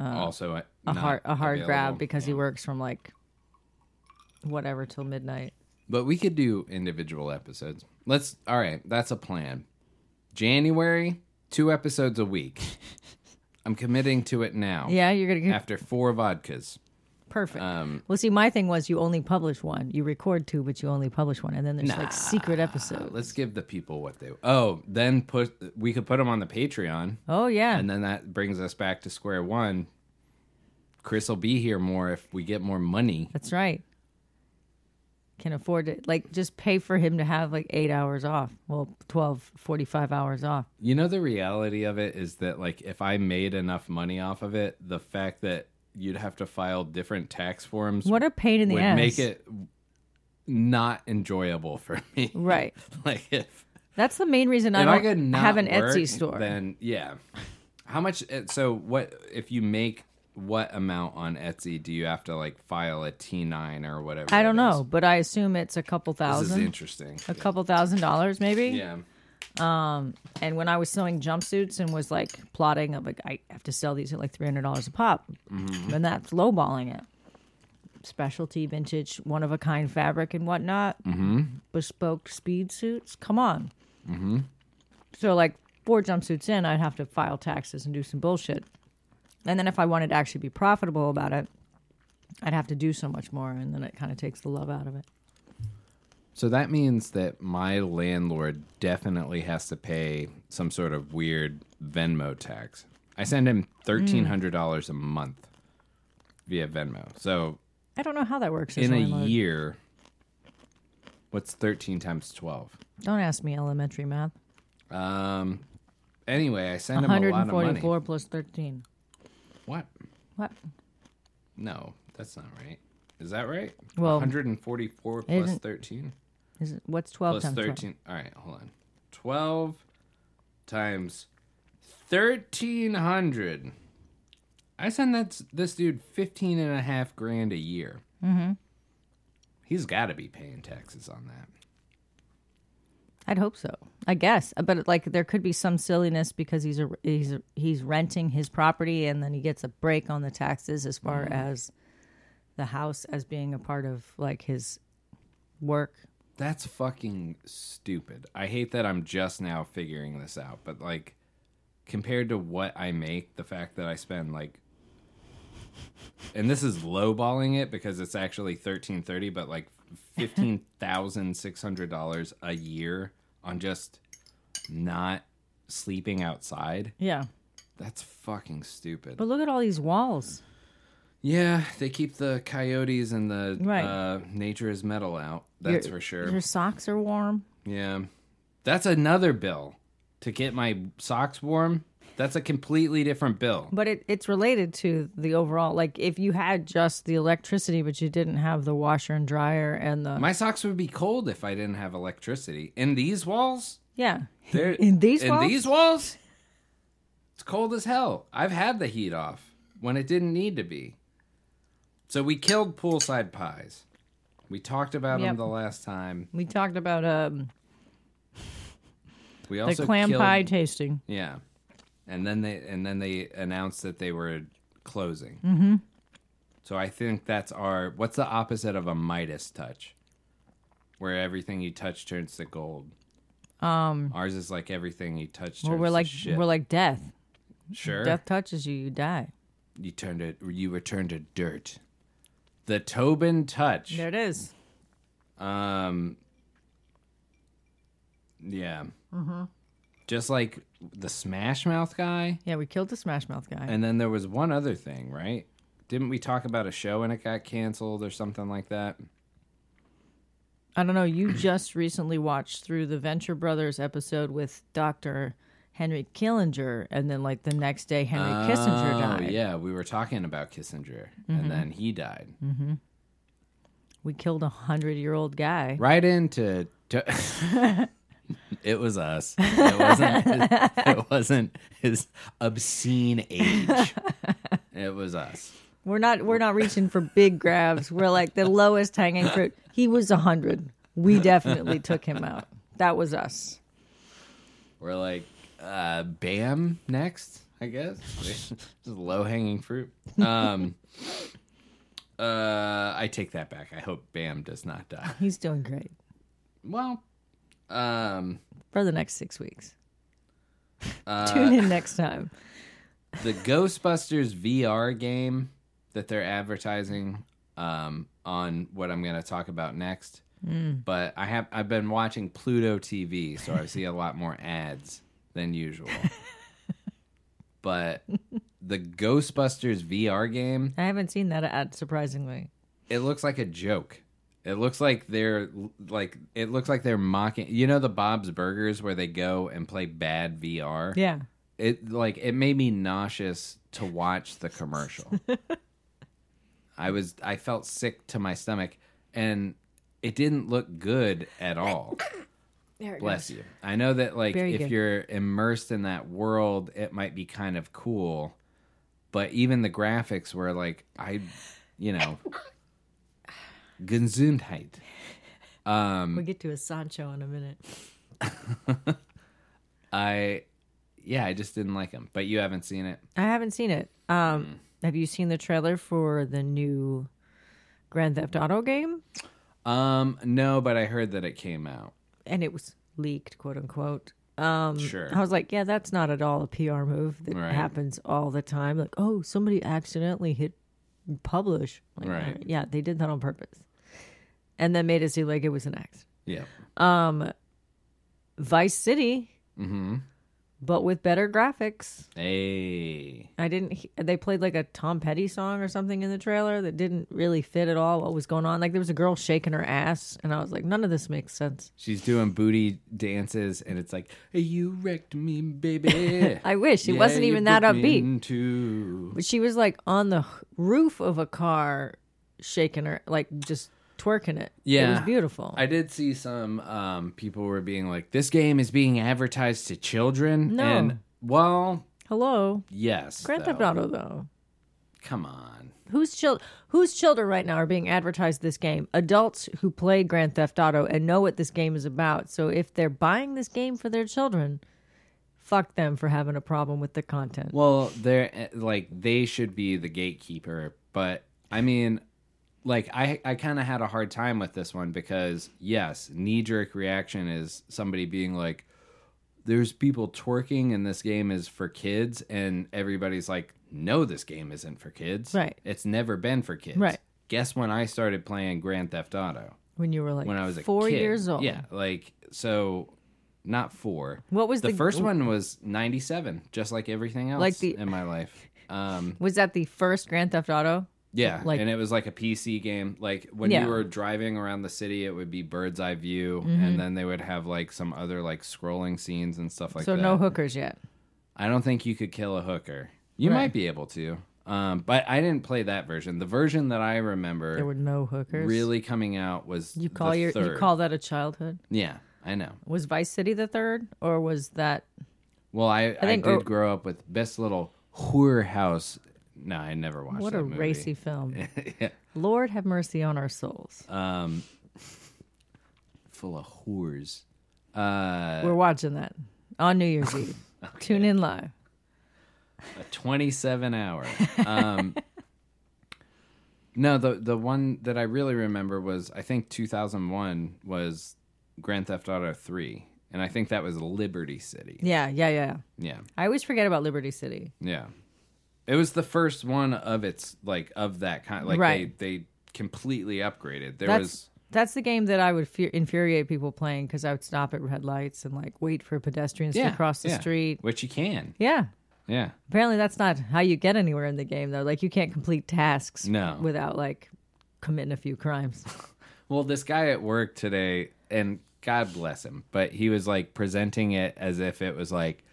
also uh, a, Uh, a hard a hard grab because he works from like whatever till midnight. But we could do individual episodes. Let's. All right, that's a plan. January, two episodes a <laughs> week. I'm committing to it now. Yeah, you're gonna get After four vodkas. Perfect. Um, well, see, my thing was you only publish one. You record two, but you only publish one, and then there's like secret episodes. Let's give the people what they. Oh, then put. We could put them on the Patreon. Oh yeah, And then that brings us back to square one. Chris will be here more if we get more money. that's right. Can afford it. Like, just pay for him to have like eight hours off. Well, 12, 45 hours off. You know, the reality of it is that, like, if I made enough money off of it, the fact that you'd have to file different tax forms What a pain in the would ass. make it not enjoyable for <laughs> me. Right. like, if, That's the main reason I if don't I could not have an work, Etsy store. then yeah. How much? uh, So, what if you make what amount on Etsy do you have to, like, file a T9 or whatever? I don't it is? know, but I assume it's a couple This is thousand, interesting. a couple thousand dollars maybe. Yeah. And when I was selling jumpsuits and was like plotting of like I have to sell these at like three hundred dollars a pop, Mm-hmm. and that's lowballing it. Specialty vintage, one of a kind fabric and whatnot, mm-hmm. bespoke speed suits. Come on. Mm-hmm. So like four jumpsuits in, I'd have to file taxes and do some bullshit, and then if I wanted to actually be profitable about it, I'd have to do so much more, and then it kind of takes the love out of it. So that means that my landlord definitely has to pay some sort of weird Venmo tax. I I send him thirteen hundred dollars a month via Venmo. So I don't know how that works. in a Islam. year, what's thirteen times twelve? Don't ask me elementary math. Um. Anyway, I send him a lot of money. 144 plus 13. What? What? No, that's not right. Is that right? Well, 144 it plus isn't- 13 Is it, what's 12 plus times 12? 13. All right, hold on. 12 times 1300. I send that s- this dude 15 and a half grand a year. Mm-hmm. He's got to be paying taxes on that. I'd hope so. I guess, Uh, but like there could be some silliness because he's a, he's a, he's renting his property and then he gets a break on the taxes as far Mm. as the house as being a part of like his work. That's fucking stupid. I hate that I'm just now figuring this out, but like compared to what I make, the fact that I spend like and this is lowballing it because it's actually 1330 but like $15,600 a year on just not sleeping outside. Yeah, That's fucking stupid. but look at all these walls. yeah, they keep the coyotes and the Right. uh, nature is metal out. That's Your- for sure. Your socks are warm. Yeah. That's another bill to get my socks warm. That's a completely different bill. But it, it's related to the overall. Like if you had just the electricity, but you didn't have the washer and dryer and the My socks would be cold if I didn't have electricity. In these walls? yeah, They're, <laughs> In these in walls? these walls? It's cold as hell. I've had the heat off when it didn't need to be. So we killed poolside pies. We talked about Yep. them the last time. we talked about um, We the also clam killed, pie tasting. Yeah, and then they and then they announced that they were closing. Mm-hmm. So I think that's our. What's the opposite of a Midas touch, where everything you touch turns to gold? Um, ours is like everything you touch turns Well, we're to like shit. we're like death. sure, Death touches you, you die. you turn to you return to dirt. The Tobin touch. There it is. Um. Yeah. Mm-hmm. Just like the Smash Mouth guy. Yeah, we killed the Smash Mouth guy. And then there was one other thing, right? Didn't we talk about a show and it got canceled or something like that? I don't <clears throat> know. You just recently watched through the Venture Brothers episode with Doctor Henry Killinger, and then like the next day Henry Kissinger Oh, died. Mm-hmm. yeah, we were talking about Kissinger and then he died. We killed a hundred-year-old guy. Right into <laughs> to- It was us. It wasn't <laughs> it wasn't his obscene age. It was us. We're not. We're not reaching for big grabs. We're like the lowest hanging fruit. He was a hundred. We definitely took him out. That was us. We're like uh bam next, I guess. <laughs> Just low-hanging fruit. Um <laughs> uh I take that back. I hope bam does not die. He's doing great Well, um, for the next six weeks. Uh, Tune in next time. the Ghostbusters VR game that they're advertising um, on what I'm going to talk about next. But I have I've been watching Pluto TV, so I see a lot more ads than usual. but the Ghostbusters VR game I haven't seen that ad surprisingly. it looks like a joke. It looks like they're like it looks like they're mocking. You know the Bob's Burgers where they go and play bad VR. Yeah. It like it made me nauseous to watch the <laughs> commercial. I was I felt sick to my stomach, and it didn't look good at all. There it Bless you. I know that like Very if good. you're immersed in that world, it might be kind of cool, but even the graphics were like I, you know, Gesundheit. We'll get to a Sancho in a minute. I, yeah, I just didn't like them. But you haven't seen it. I haven't seen it. Um, Have you seen the trailer for the new Grand Theft Auto game? Um, no, but I heard that it came out. And it was leaked, quote unquote. Um, Sure. I was like, yeah, that's not at all a PR move that Right. happens all the time. Like, oh, somebody accidentally hit publish. Like, uh, Right. Yeah, they did that on purpose. And then made it seem like it was an accident. Yeah. Mm-hmm. Vice City but with better graphics. Hey. I didn't. he- They played like a Tom Petty song or something in the trailer that didn't really fit at all. What was going on? Like there was a girl shaking her ass, and I was like, none of this makes sense. She's doing booty dances, and it's like, "You wrecked me, baby." <laughs> I wish it wasn't even that upbeat. Too. But she was like on the h- roof of a car, shaking her, like just twerking it. it was Yeah. beautiful. I did see some um, people were being like, "This game is being advertised to children." No. And well, Hello, yes. Grand Theft though. Auto though. Come on. Whose child whose children right now are being advertised this game? Adults who play Grand Theft Auto and know what this game is about. So if they're buying this game for their children, fuck them for having a problem with the content. Well, they're uh, like they should be the gatekeeper, but I mean, like I I kind of had a hard time with this one because yes, knee jerk reaction is somebody being like, "There's people twerking and this game is for kids," and everybody's like, "No, this game isn't for kids. Right. It's never been for kids. Right. Guess when I started playing Grand Theft Auto When you were like when I was a four kid. years old. Yeah, like so, not four. What was the, the, first one was 97 just like everything else Like the- in my life um Was that the first Grand Theft Auto? yeah <laughs> Like- and it was like a pc game like when Yeah. you were driving around the city it would be bird's eye view Mm-hmm. and then they would have like some other like scrolling scenes and stuff like so that no hookers yet. i don't think you could kill a hooker you Right. might be able to um but i didn't play that version the version that i remember There were no hookers. really coming out was You call the your third. you call that a childhood? yeah i know Was Vice City the third, or was that Well, I, I, think- did or- grow up with Best Little Whore House. No, I never watched what that a movie. <laughs> racy film? Lord have mercy on our souls. Full of whores. Uh, We're watching that on New <laughs> Year's Eve. Tune in live. A 27 <laughs> hour. Um, no, the, the one that I really remember was, I think 2001 was Grand Theft Auto 3. And I think that was Liberty City. Yeah, yeah, yeah. Yeah. I always forget about Liberty City. Yeah. It was the first one of its, like, of that kind. Like, Right. they, they completely upgraded. There That's was. that's the game that I would fe- infuriate people playing because I would stop at red lights and like wait for pedestrians to cross the yeah. street. Which you can. Yeah. Yeah. Apparently, that's not how you get anywhere in the game though. Like you can't complete tasks No. without like committing a few crimes. <laughs> Well, this guy at work today, and God bless him, but he was like presenting it as if it was like,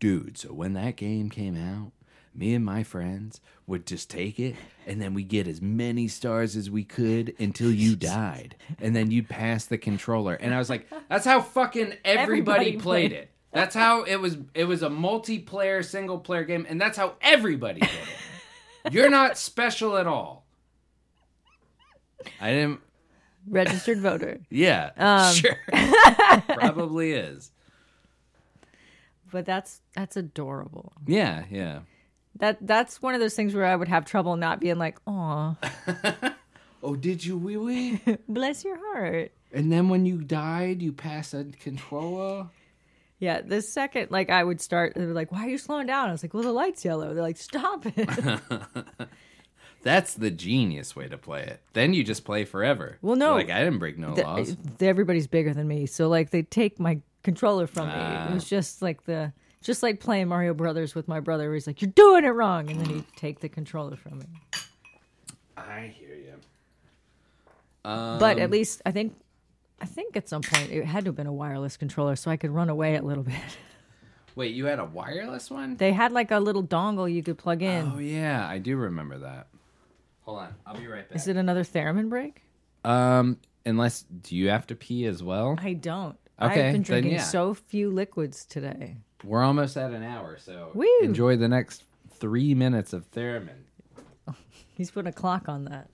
dude, so when that game came out, me and my friends would just take it and then we get as many stars as we could until <laughs> you died. And then you'd pass the controller. And I was like, that's how fucking <laughs> everybody, Everybody played played it. That's how it was it was a multiplayer single player game and that's how everybody did it. <laughs> You're not special at all. I didn't Registered voter. yeah, Um, sure. <laughs> Probably is. But that's that's adorable. Yeah, yeah. That that's one of those things where I would have trouble not being like, "Aw, Oh, did you wee wee? bless your heart." and then when you died, you passed a controller. Yeah, the second like I would start, they were like, "Why are you slowing down?" I was like, "Well, the light's yellow." They're like, "Stop <laughs> it!" That's the genius way to play it. Then you just play forever. Well, no. You're like I didn't break no <laughs> laws. Everybody's bigger than me, so like they take my controller from me. Ah. It was just like the just like playing Mario Brothers with my brother. Where he's like, "You're doing it wrong," and then he'd take the controller from me. uh, I hear you. but Um. at least I think I think at some point it had to have been a wireless controller, so I could run away a little <laughs> bit. Wait, you had a wireless one? they had like a little dongle you could plug in. Oh yeah, I do remember that. Hold on, I'll be right back. Is it another theremin break? um, unless do you have to pee as well? I don't. Okay, I've then been drinking yeah. so few liquids today. We're almost at an hour, so Woo. enjoy the next three minutes of theremin. He's putting a clock on that.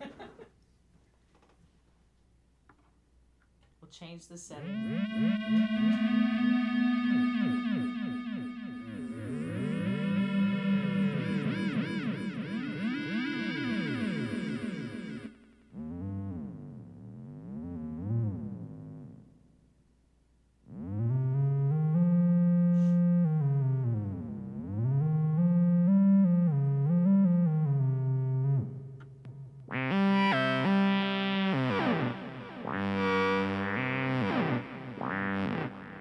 we'll change the setting.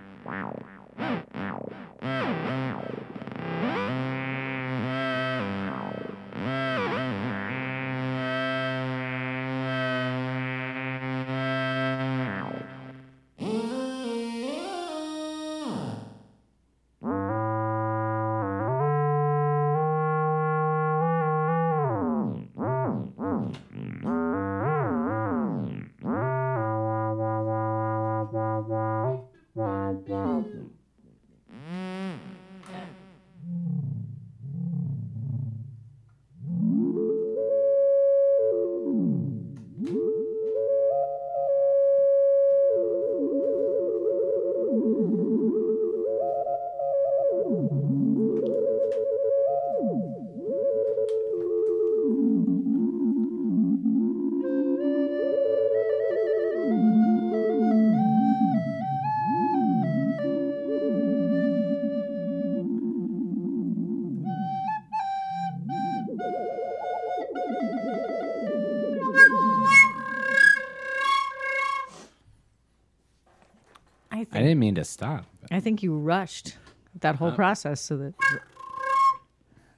Wow. I didn't mean to stop. I Uh, think you rushed that whole process so that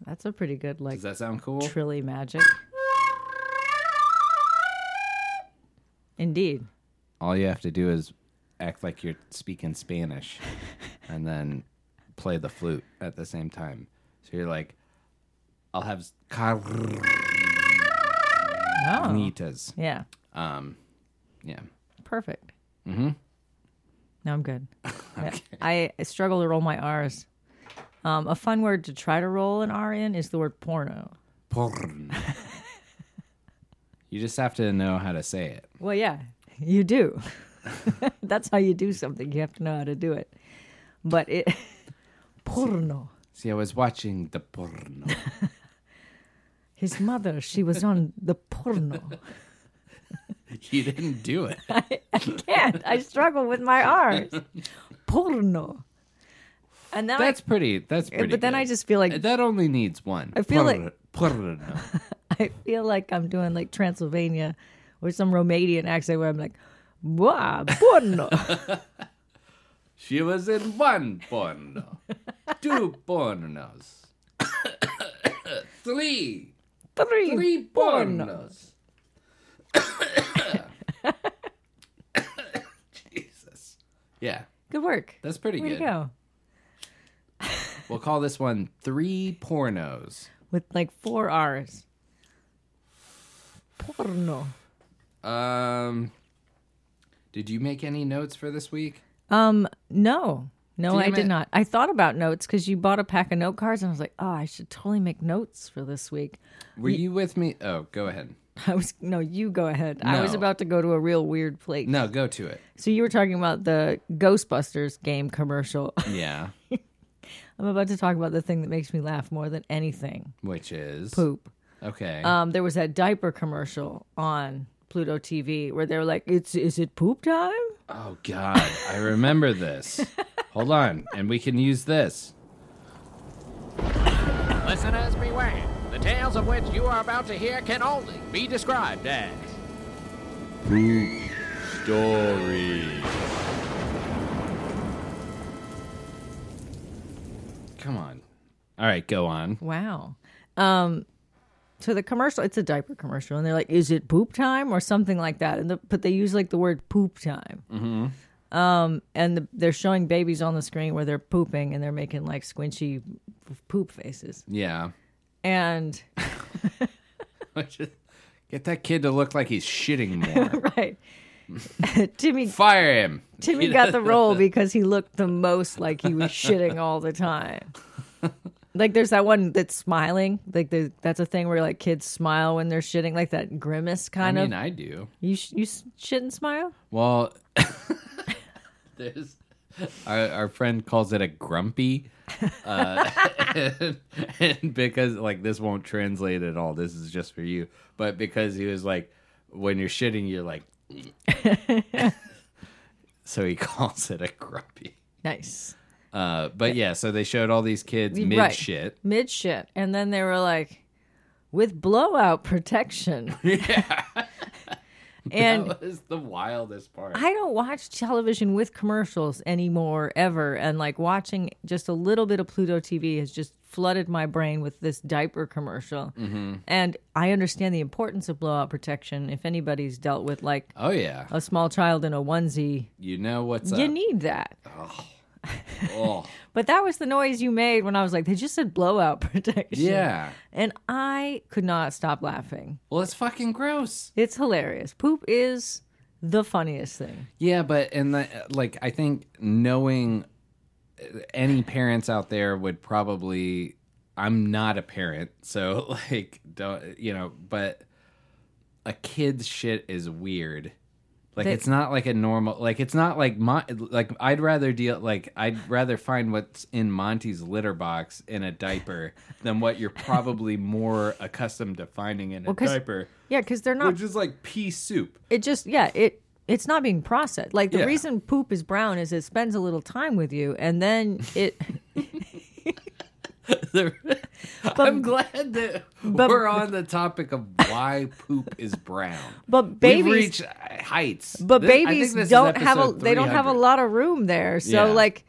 that's a pretty good like Does that sound cool? trilly magic. Indeed. All you have to do is act like you're speaking <laughs> Spanish and then play the flute at the same time. So you're like, I'll have s- Oh. carnitas. Yeah. Yeah. Perfect. Mm-hmm. No, I'm <laughs> good. I, I struggle to roll my R's. Um, a fun word to try to roll an R in is the word porno. Porn. you just have to know how to say it. Well, yeah, you do. <laughs> That's how you do something. You have to know how to do it. But it <laughs> porno. See, I was watching the porno. <laughs> His mother, she was on the porno. you didn't do <laughs> it. Can't. I struggle with my R's. Porno. And then That's pretty. That's I, pretty. but then good. I just feel like that only needs one. I feel like- porno. I feel like I'm doing like Transylvania or some Romanian accent where I'm like, wow, <laughs> porno. She was in one porno, two pornos, <coughs> three, Three, three pornos. <coughs> Jesus. Yeah, Good work. that's pretty Way to good. go. We'll call this one three pornos. With like four R's. Porno. Um, did you make any notes for this week? Um, no. No, I Damn did it. not. I thought about notes because you bought a pack of note cards and I was like, oh, I should totally make notes for this week. <laughs> Were you with me? Oh, go ahead. I was, no, you go ahead. I was No. about to go to a real weird place. No, go to <laughs> it. So you were talking about the Ghostbusters game commercial. <laughs> Yeah, I'm about to talk about the thing that makes me laugh more than anything which is poop. okay. Um, there was that diaper commercial on Pluto TV where they were like, "It's is it poop time?" Oh God, I remember this. Hold on, and we can use this. Listeners, beware. The tales of which you are about to hear can only be described as. Story. Come on. All right, go on. Wow. Um, so the commercial, it's a diaper commercial, and they're like, "Is it poop time?" or something like that. And the, but they use like the word poop time. Mm-hmm. Um, and the, they're showing babies on the screen where they're pooping and they're making like squinchy poop faces. Yeah. <laughs> And <laughs> Get that kid to look like he's shitting <laughs> more. right, Timmy Fire him. Timmy got the role because he looked the most like he was shitting all the time. Like there's that one that's smiling. Like the, that's a thing where like kids smile when they're shitting, like that grimace I kind mean, of. I do. You sh- you s- shit and smile. Well, <laughs> there's our, our friend calls it a grumpy, uh, <laughs> and, and because like this won't translate at all. This is just for you. But because he was like, when you're shitting, you're like, <laughs> so he <laughs> calls it a grumpy. Nice Uh, but yeah, so they showed all these kids Right. mid shit. <laughs> mid shit, and then they were like, with blowout <laughs> protection. Yeah. and that was the wildest part. I don't watch television with commercials anymore, ever. And like watching just a little bit of Pluto TV has just flooded my brain with this diaper commercial. And I understand the importance of blowout protection. If anybody's dealt with like oh yeah, a small child in a onesie, you know what's you up? need that. oh, <laughs> But that was the noise you made when I was like, they just said blowout <laughs> protection. yeah. And I could not stop laughing. Well, it's fucking gross. It's hilarious. Poop is the funniest thing. Yeah, but and the, like I think knowing any parents out there would probably I'm not a parent, so <laughs> like don't you know, but a kid's shit is weird. Like They- it's not like a normal like it's not like my like I'd rather deal like I'd rather find what's in Monty's litter box in a diaper than what you're probably more accustomed to finding in a 'cause- diaper, Yeah, because they're not which is like pea soup. it just yeah it it's not being processed like the Yeah. reason poop is brown is it spends a little time with you and then it But- <laughs> I'm glad that but- we're on the topic of why poop is brown. But We've babies, reached uh, heights. but This- I think babies this is don't have a episode they don't have a 300. lot of room there. So Yeah. like,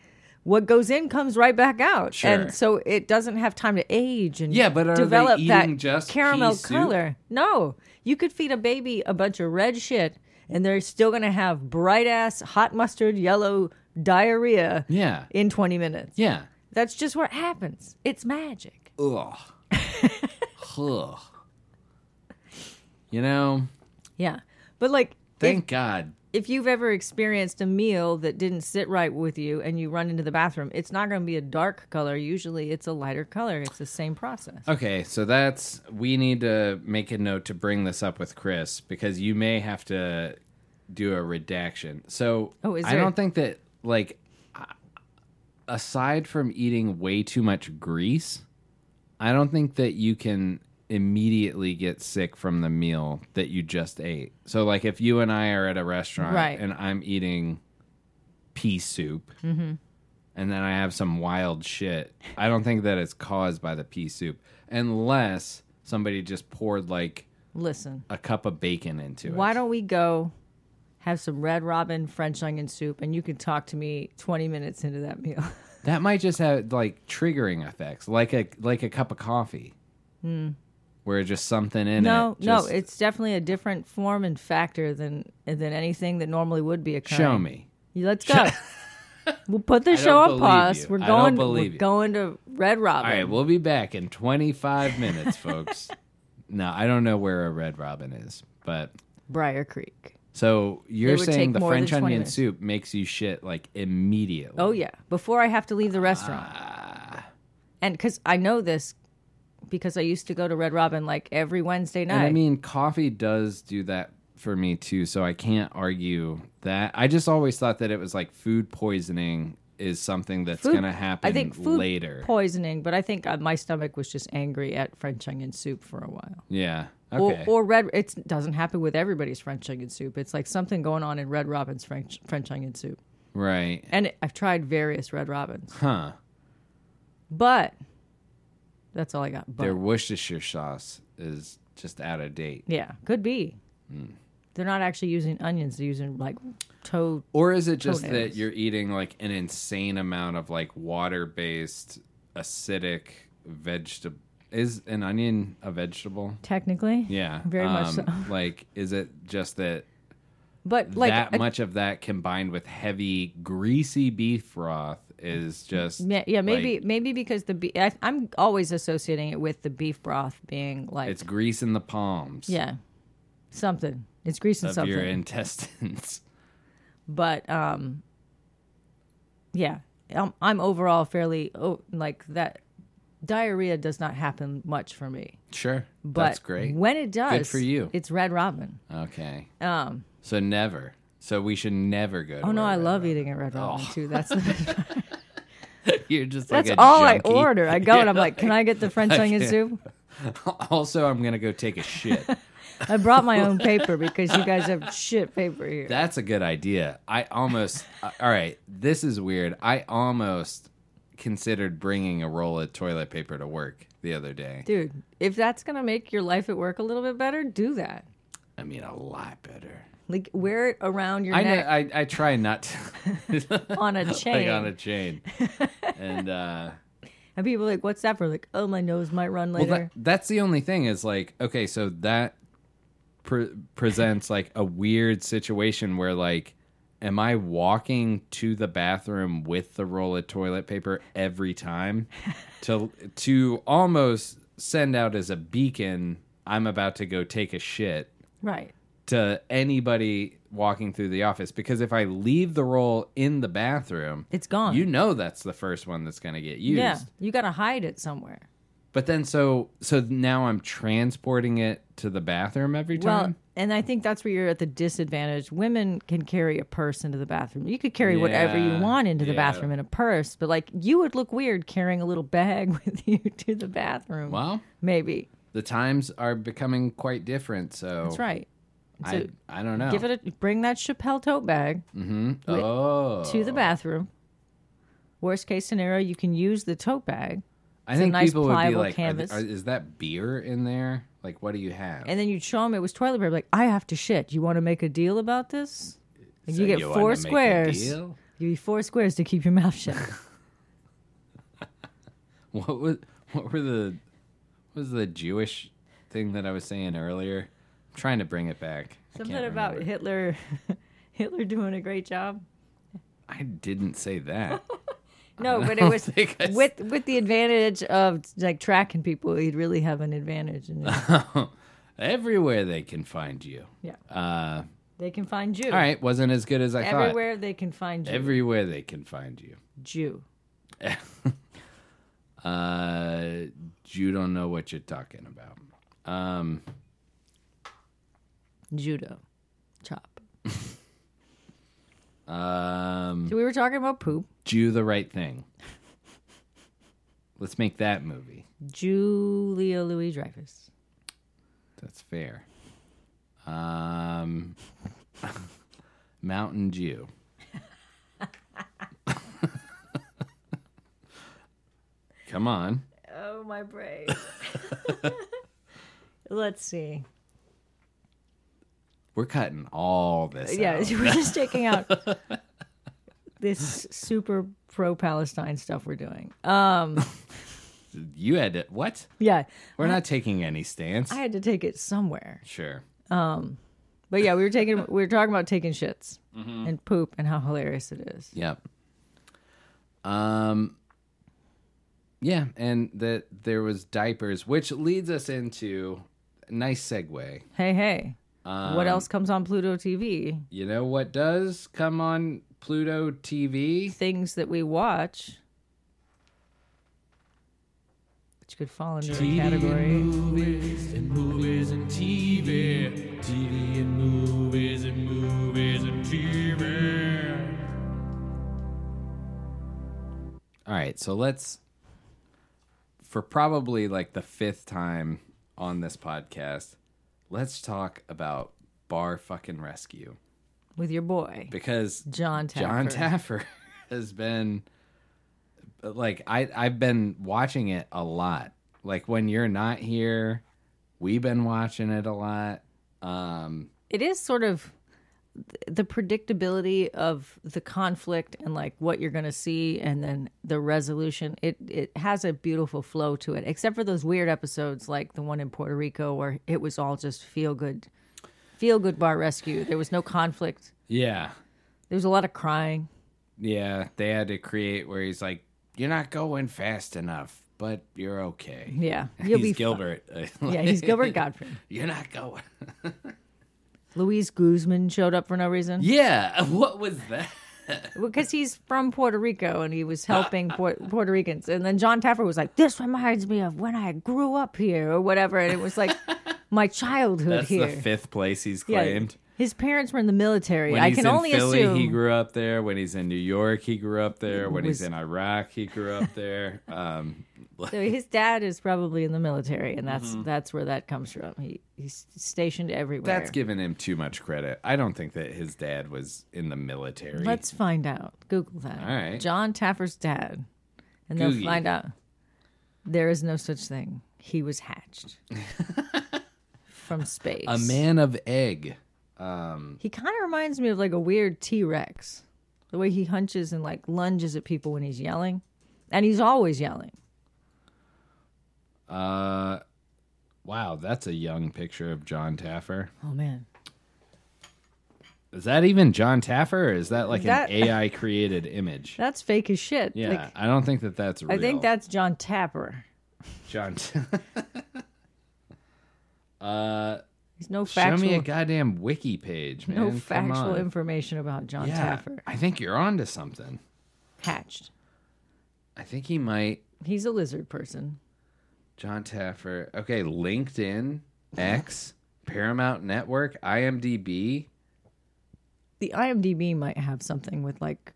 what goes in comes right back out, Sure. and so it doesn't have time to age and Yeah, but are they develop that eating just caramel pea soup? color. No, you could feed a baby a bunch of red shit, and they're still gonna have bright ass hot mustard yellow diarrhea Yeah. in twenty minutes. Yeah. That's just what happens. It's magic. <laughs> Ugh. Ugh. You know, Yeah, but like. if thank God. if you've ever experienced a meal that didn't sit right with you and you run into the bathroom, it's not going to be a dark color. Usually it's a lighter color. It's the same process. Okay, so that's we need to make a note to bring this up with Chris because you may have to do a redaction. So Oh, is I there- don't think that like a- aside from eating way too much grease, I don't think that you can immediately get sick from the meal that you just ate. So like if you and I are at a restaurant Right. and I'm eating pea soup Mm-hmm. and then I have some wild shit. I don't think that it's caused by the pea soup unless somebody just poured like Listen, a cup of bacon into it. why don't we go have some red robin French onion soup and you can talk to me 20 minutes into that meal? That might just have like triggering effects, like a like a cup of coffee, where just something in Hmm. <laughs> no, it. Just no, it's definitely a different form and factor than than anything that normally would be occurring. show me. <laughs> Let's go. we'll put the show believe on pause. you. We're I going don't we're believe you. going to Red Robin. All right, we'll be back in 25 minutes, <laughs> folks. no, I don't know where a red robin is, but Briar Creek. so you're would take saying the more than French 20 onion minutes. soup makes you shit like immediately. Oh yeah, before I have to leave the restaurant. Ah. and because I know this, because I used to go to Red Robin like every Wednesday night. And I mean, coffee does do that for me too, so I can't argue that. I just always thought that it was like food poisoning is something that's Food- going to happen I think food later. poisoning, but I think uh, my stomach was just angry at French onion soup for a while. yeah. Okay. Or, or red. It doesn't happen with everybody's French onion soup. It's like something going on in Red Robin's French French onion soup. right. And it, I've tried various Red Robins, Huh. but that's all I got. But Their Worcestershire sauce is just out of date. yeah, could be. Hmm. They're not actually using onions. They're using like toad Or is it just that Toenails. you're eating like an insane amount of like water-based acidic vegetable is an onion a vegetable? technically. Yeah. um, Very much so. <laughs> Like is it just that But like that a- much of that combined with heavy, greasy beef broth is just ma- yeah, maybe like, maybe because the be- I, I'm always associating it with the beef broth being like it's grease in the palms yeah something it's grease and of your something, intestines. <laughs> but um yeah I'm, I'm overall fairly oh like that diarrhea does not happen much for me. Sure, But that's great. when it does, for you. It's Red Robin. Okay, um, so never. So we should never go. To Oh no, I Red love Robin. eating at Red Robin too. <laughs> That's You're just like that's a all junkie. I order. I go and I'm like, can I get <laughs> the French onion can't- <laughs> soup? Also, I'm gonna go take a <laughs> shit. I brought my own paper because you guys have shit paper here. That's a good idea. I almost. uh, all right, this is weird. I almost considered bringing a roll of toilet paper to work the other day. Dude, if that's gonna make your life at work a little bit better, do that. I mean, a lot better. Like wear it around your I know. <laughs> neck I, I try not to <laughs> on a chain. like on a <laughs> chain, and uh, And people are like, what's that for? Like, oh, my nose might run well, later. that, that's the only thing is like okay, so that pre- presents like a weird situation where like, am I walking to the bathroom with the roll of toilet paper every <laughs> time to to almost send out as a beacon? I'm about to go take a shit. right. to anybody walking through the office because if I leave the roll in the bathroom, It's gone. You know that's the first one that's going to get used. Yeah. You gotta hide it somewhere. But then so so now I'm transporting it to the bathroom every Well, time. and I think that's where you're at the disadvantage. Women can carry a purse into the bathroom. You could carry whatever you Yeah, want into the yeah. bathroom in a purse, but like you would look weird carrying a little bag <laughs> with you to the bathroom. Well, Maybe. the times are becoming quite different, so That's right. I, I don't know. Give it a bring that Chappelle tote bag. wi- oh. to the bathroom. Worst case scenario, you can use the tote bag. I It's a think nice people would be pliable like, are th- canvas. are- is that beer in there? Like, what do you have? And then you'd show them it was toilet paper. Like, I have to shit. You want to make a deal about this? And So you get you wanna four make a squares. deal? You get four squares to keep your mouth shut. what was what were the what was the Jewish thing that I was saying earlier? I'm trying to bring it back. I <laughs> Something can't about remember. Hitler. <laughs> Hitler doing a great job. I didn't say that. <laughs> No, but it was think I s- <laughs> with with the advantage of like tracking people. He'd really have an advantage. In it. <laughs> Everywhere they can find you. Yeah, Uh, they can find Jew. all right, wasn't as good as I thought. Everywhere they can find Jew. Everywhere they can find you. Jew. Uh, you don't know what you're talking about. Judo. Chop. Um, So we were talking about poop. do the right thing. Let's make that movie. Julia Louis Dreyfus. That's fair. Um, <laughs> Mountain Dew. <laughs> Come on. Oh my brain. <laughs> Let's see. We're cutting all this Yeah, <laughs> out. we're just taking out this super pro Palestine stuff we're doing. Uh, You had to, what? yeah, We're not taking any stance. I had to take it somewhere. sure. But yeah, we were taking we were talking about taking shits and poop and how hilarious it is. Yep. Um yeah, and that there was diapers, which leads us into nice segue. Hey, hey. what else comes on Pluto TV? You know what does come on Pluto TV? Things that we watch. Which could fall into the category. movies and movies and TV, TV and movies and movies and TV. All right, so let's for probably like the fifth time on this podcast, let's talk about Bar fucking Rescue with your boy because John Taffer. John Taffer <laughs> has been like I I've been watching it a lot. Like when you're not here, we've been watching it a lot. Um it is sort of th- the predictability of the conflict and like what you're going to see and then the resolution it it has a beautiful flow to it except for those weird episodes like the one in Puerto Rico where it was all just feel good feel good bar rescue there was no conflict yeah. there was a lot of crying Yeah, they had to create where he's like you're not going fast enough, but you're okay. yeah <laughs> you'll he's be Gilbert. fi- <laughs> yeah he's Gilbert Godfrey You're not going. <laughs> Luis Guzman showed up for no reason Yeah, <laughs> what was that? because he's from Puerto Rico and he was helping Puer- Puerto Ricans. And then John Taffer was like, "This reminds me of when I grew up here, or whatever." And it was like my childhood That's here. the fifth place he's Yeah. claimed. His parents were in the military. When I he's can in only Philly, assume he grew up there. When he's in New York, he grew up there. When Was- he's in Iraq, he grew up there. Um, so his dad is probably in the military, and that's that's where that comes from. He he's stationed everywhere. that's giving him too much credit. I don't think that his dad was in the military. Let's find out. Google that. All right. John Taffer's dad, and they'll Googie. find out there is no such thing. He was hatched. From space, A man of egg. He kind of reminds me of like a weird T Rex, the way he hunches and like lunges at people when he's yelling, and he's always yelling. Uh, wow, that's a young picture of John Taffer. Oh man, Is that even John Taffer, or is that <laughs> like That- an AI created image? that's fake as shit. yeah, Like, I don't think that that's real. I think that's John Tapper. John. <laughs> He's no Show me a factual, goddamn wiki page, man. no Come factual on. information about John Yeah, Tapper. I think you're onto something. Hatched. I think he might. He's a lizard person. John Taffer. Okay, LinkedIn, X, Paramount Network, IMDb. The IMDb might have something with like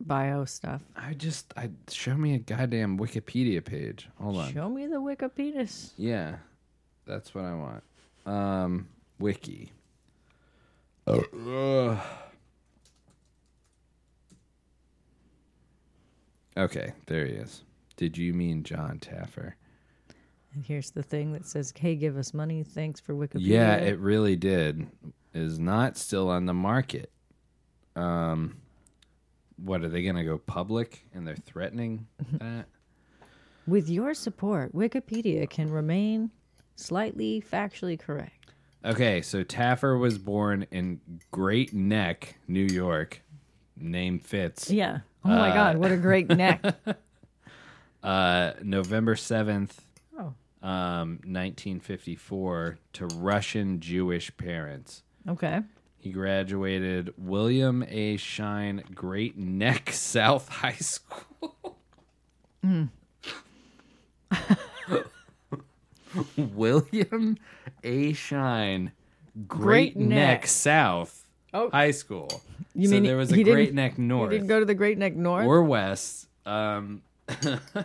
bio stuff. I just, I show me a goddamn Wikipedia page. Hold on. Show me the Wikipedia. Yeah, that's what I want. Um, wiki. Uh, Ugh. Okay, there he is. Did you mean John Taffer? And here's the thing that says, "Hey, give us money. Thanks for Wikipedia." Yeah, it really did. Is not still on the market. Um, what are they going to go public and they're threatening Mm-hmm. that? With your support, Wikipedia can remain slightly factually correct. Okay, so Taffer was born in Great Neck, New York. Name fits. Yeah. Oh my God, what a <laughs> great neck. Uh, November 7th, Oh, um, 1954, to Russian Jewish parents. okay. He graduated William A. Shine Great Neck South <laughs> High School. Hmm. <laughs> William A. Shine Great, Great Neck. Neck. South Oh. High School. You so mean there was a he didn't- Great Neck You North didn't go to the Great Neck North. or West. Um,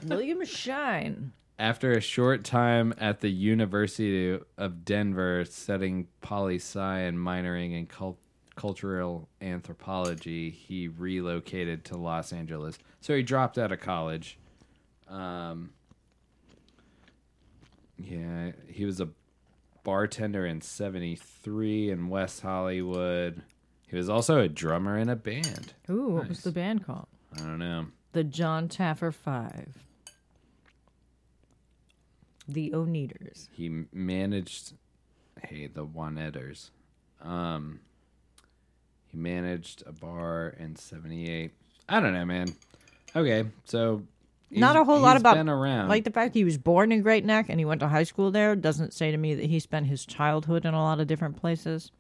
William Shine. after a short time at the University of Denver, studying poli sci and minoring in cul- cultural anthropology, he relocated to Los Angeles. So he dropped out of college. Um, yeah, he was a bartender in 73 in West Hollywood. He was also a drummer in a band. Ooh, what was the band called? I don't know. The John Taffer Five. The Oneaters. he m- managed hey the Juaneters. Um he managed a bar in 78. I don't know, man. Okay, so he's- Not a whole lot he's about been around. Like the fact he was born in Great Neck and he went to high school there doesn't say to me that he spent his childhood in a lot of different places.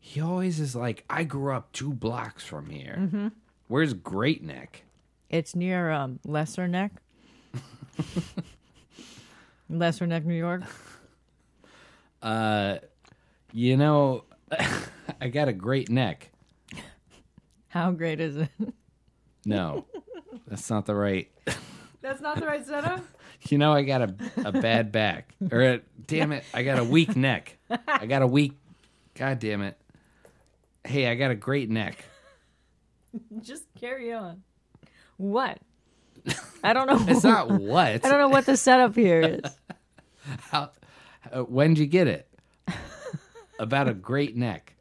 he always is like I grew up 2 blocks from here. Mm-hmm. Where's Great Neck? It's near um, Lesser <laughs> Neck, Lesser Neck, New York. You know, <laughs> I got a great neck. How great <laughs> is it? <laughs> No. that's not the right. That's not the right setup. You know I got a a bad back. Or a, damn it, I got a weak neck. I got a weak God damn it. Hey, I got a great neck. Just carry on. <laughs> What? I don't know. It's <laughs> not what. I don't know what the setup here is. Uh, when'd you get it? About a great neck.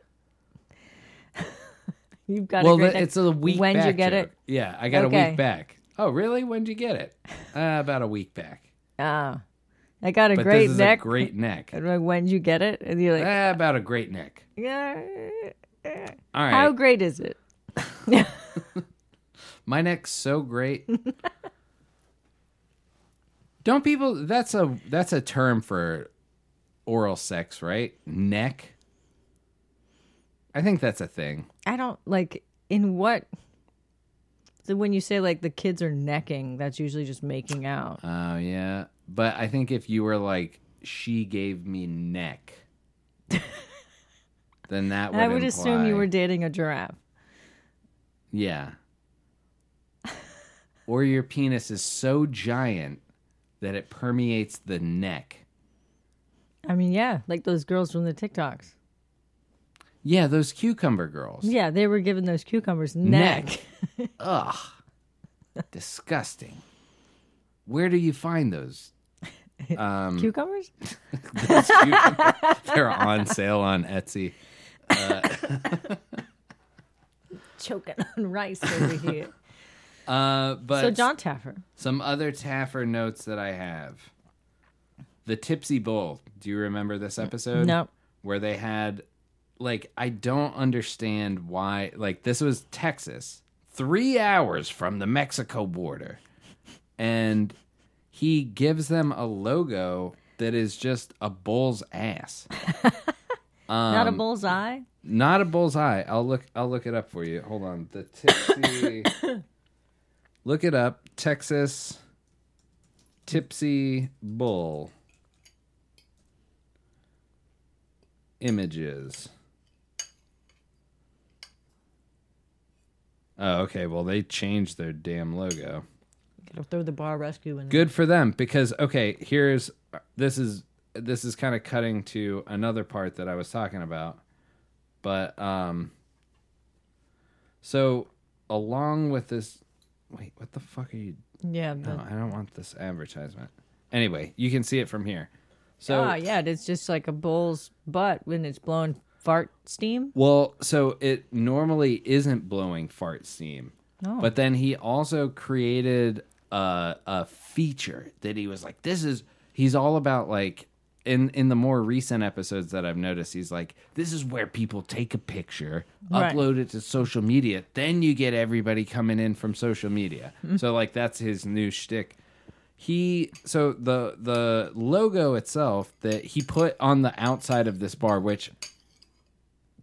You've got well, a great that- neck. it's a weak When'd back you get joke. Yeah, I got a Okay. week back. Oh, really? When'd you get it? Uh, about a week back. it? Ah, I got a But great this is neck. a great neck. And like, when'd you get it? And you're like, Ah, about a great neck. yeah. eh, All right. How great is it? My neck's so great. Don't people that's a that's a term for oral sex, right? Neck. I think that's a thing. I don't like in what. So when you say like the kids are necking, that's usually just making out. Oh yeah. But I think if you were like she gave me neck then that would I would assume you imply- were dating a giraffe. Yeah. or your penis is so giant that it permeates the neck. I mean, yeah, like those girls from the TikToks. Yeah, those cucumber girls. Yeah, they were giving those cucumbers neck. neck. Ugh. Disgusting. Where do you find those? Mm. Cucumbers? Those cucumber- <laughs> They're on sale on Etsy. Choking <laughs> on rice over here. Uh, but so John Taffer. some other Taffer notes that I have. The Tipsy Bowl. Do you remember this episode? No. Where they had, like, I don't understand why. Like, this was Texas, three hours from the Mexico border. And he gives them a logo that is just a bull's ass. Not a Um, bullseye. Not a bullseye. I'll look. I'll look it up for you. Hold on. The tipsy. look it up. Texas tipsy bull images. Oh, okay. Well, they changed their damn logo. Gotta throw the bar rescue in. Good for them because okay, here's this is this is kind of cutting to another part that I was talking about. But um so along with this Wait, what the fuck are you? Yeah. No, The, I don't want this advertisement. Anyway, you can see it from here. So ah, yeah. It's just like a bull's butt when it's blowing fart steam. Well, so it normally isn't blowing fart steam. No. But then he also created a, a feature that he was like, this is, he's all about like, in, in the more recent episodes that I've noticed, he's like, this is where people take a picture, Right. upload it to social media, then you get everybody coming in from social media. So, like, that's his new shtick he so the the logo itself that he put on the outside of this bar which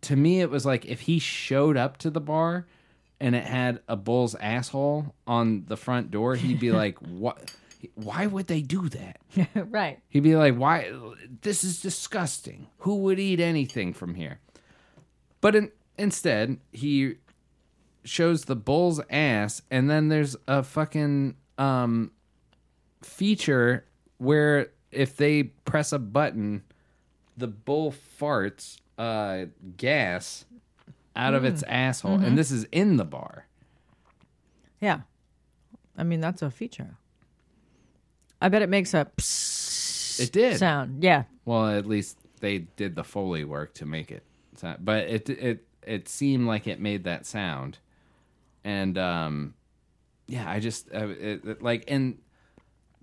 to me it was like if he showed up to the bar and it had a bull's asshole on the front door he'd be like what why would they do that <laughs> right. he'd be like why this is disgusting who would eat anything from here but in, instead he shows the bull's ass and then there's a fucking um feature where if they press a button, the bull farts uh, gas out of its asshole, and this is in the bar. Yeah. I mean, that's a feature. I bet it makes a psst It did. sound. Yeah. Well, at least they did the foley work to make it, sound, but it it it seemed like it made that sound, and um, yeah, I just uh, it, it- like and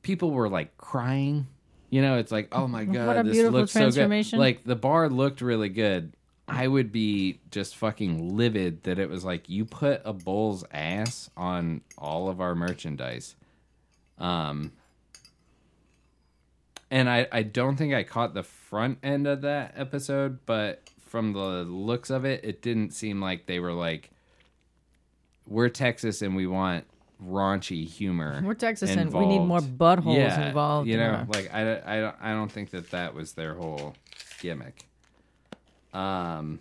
people were like crying. You know, it's like, oh my god, a this beautiful looks so transformation. good. Like the bar looked really good. I would be just fucking livid that it was like you put a bull's ass on all of our merchandise. Um and I, I don't think I caught the front end of that episode, but from the looks of it, it didn't seem like they were like, we're Texas and we want raunchy humor. We're Texas and we need more involved." buttholes involved You in know, our- like I, don't- I, don't- I don't think that that was their whole gimmick. Um,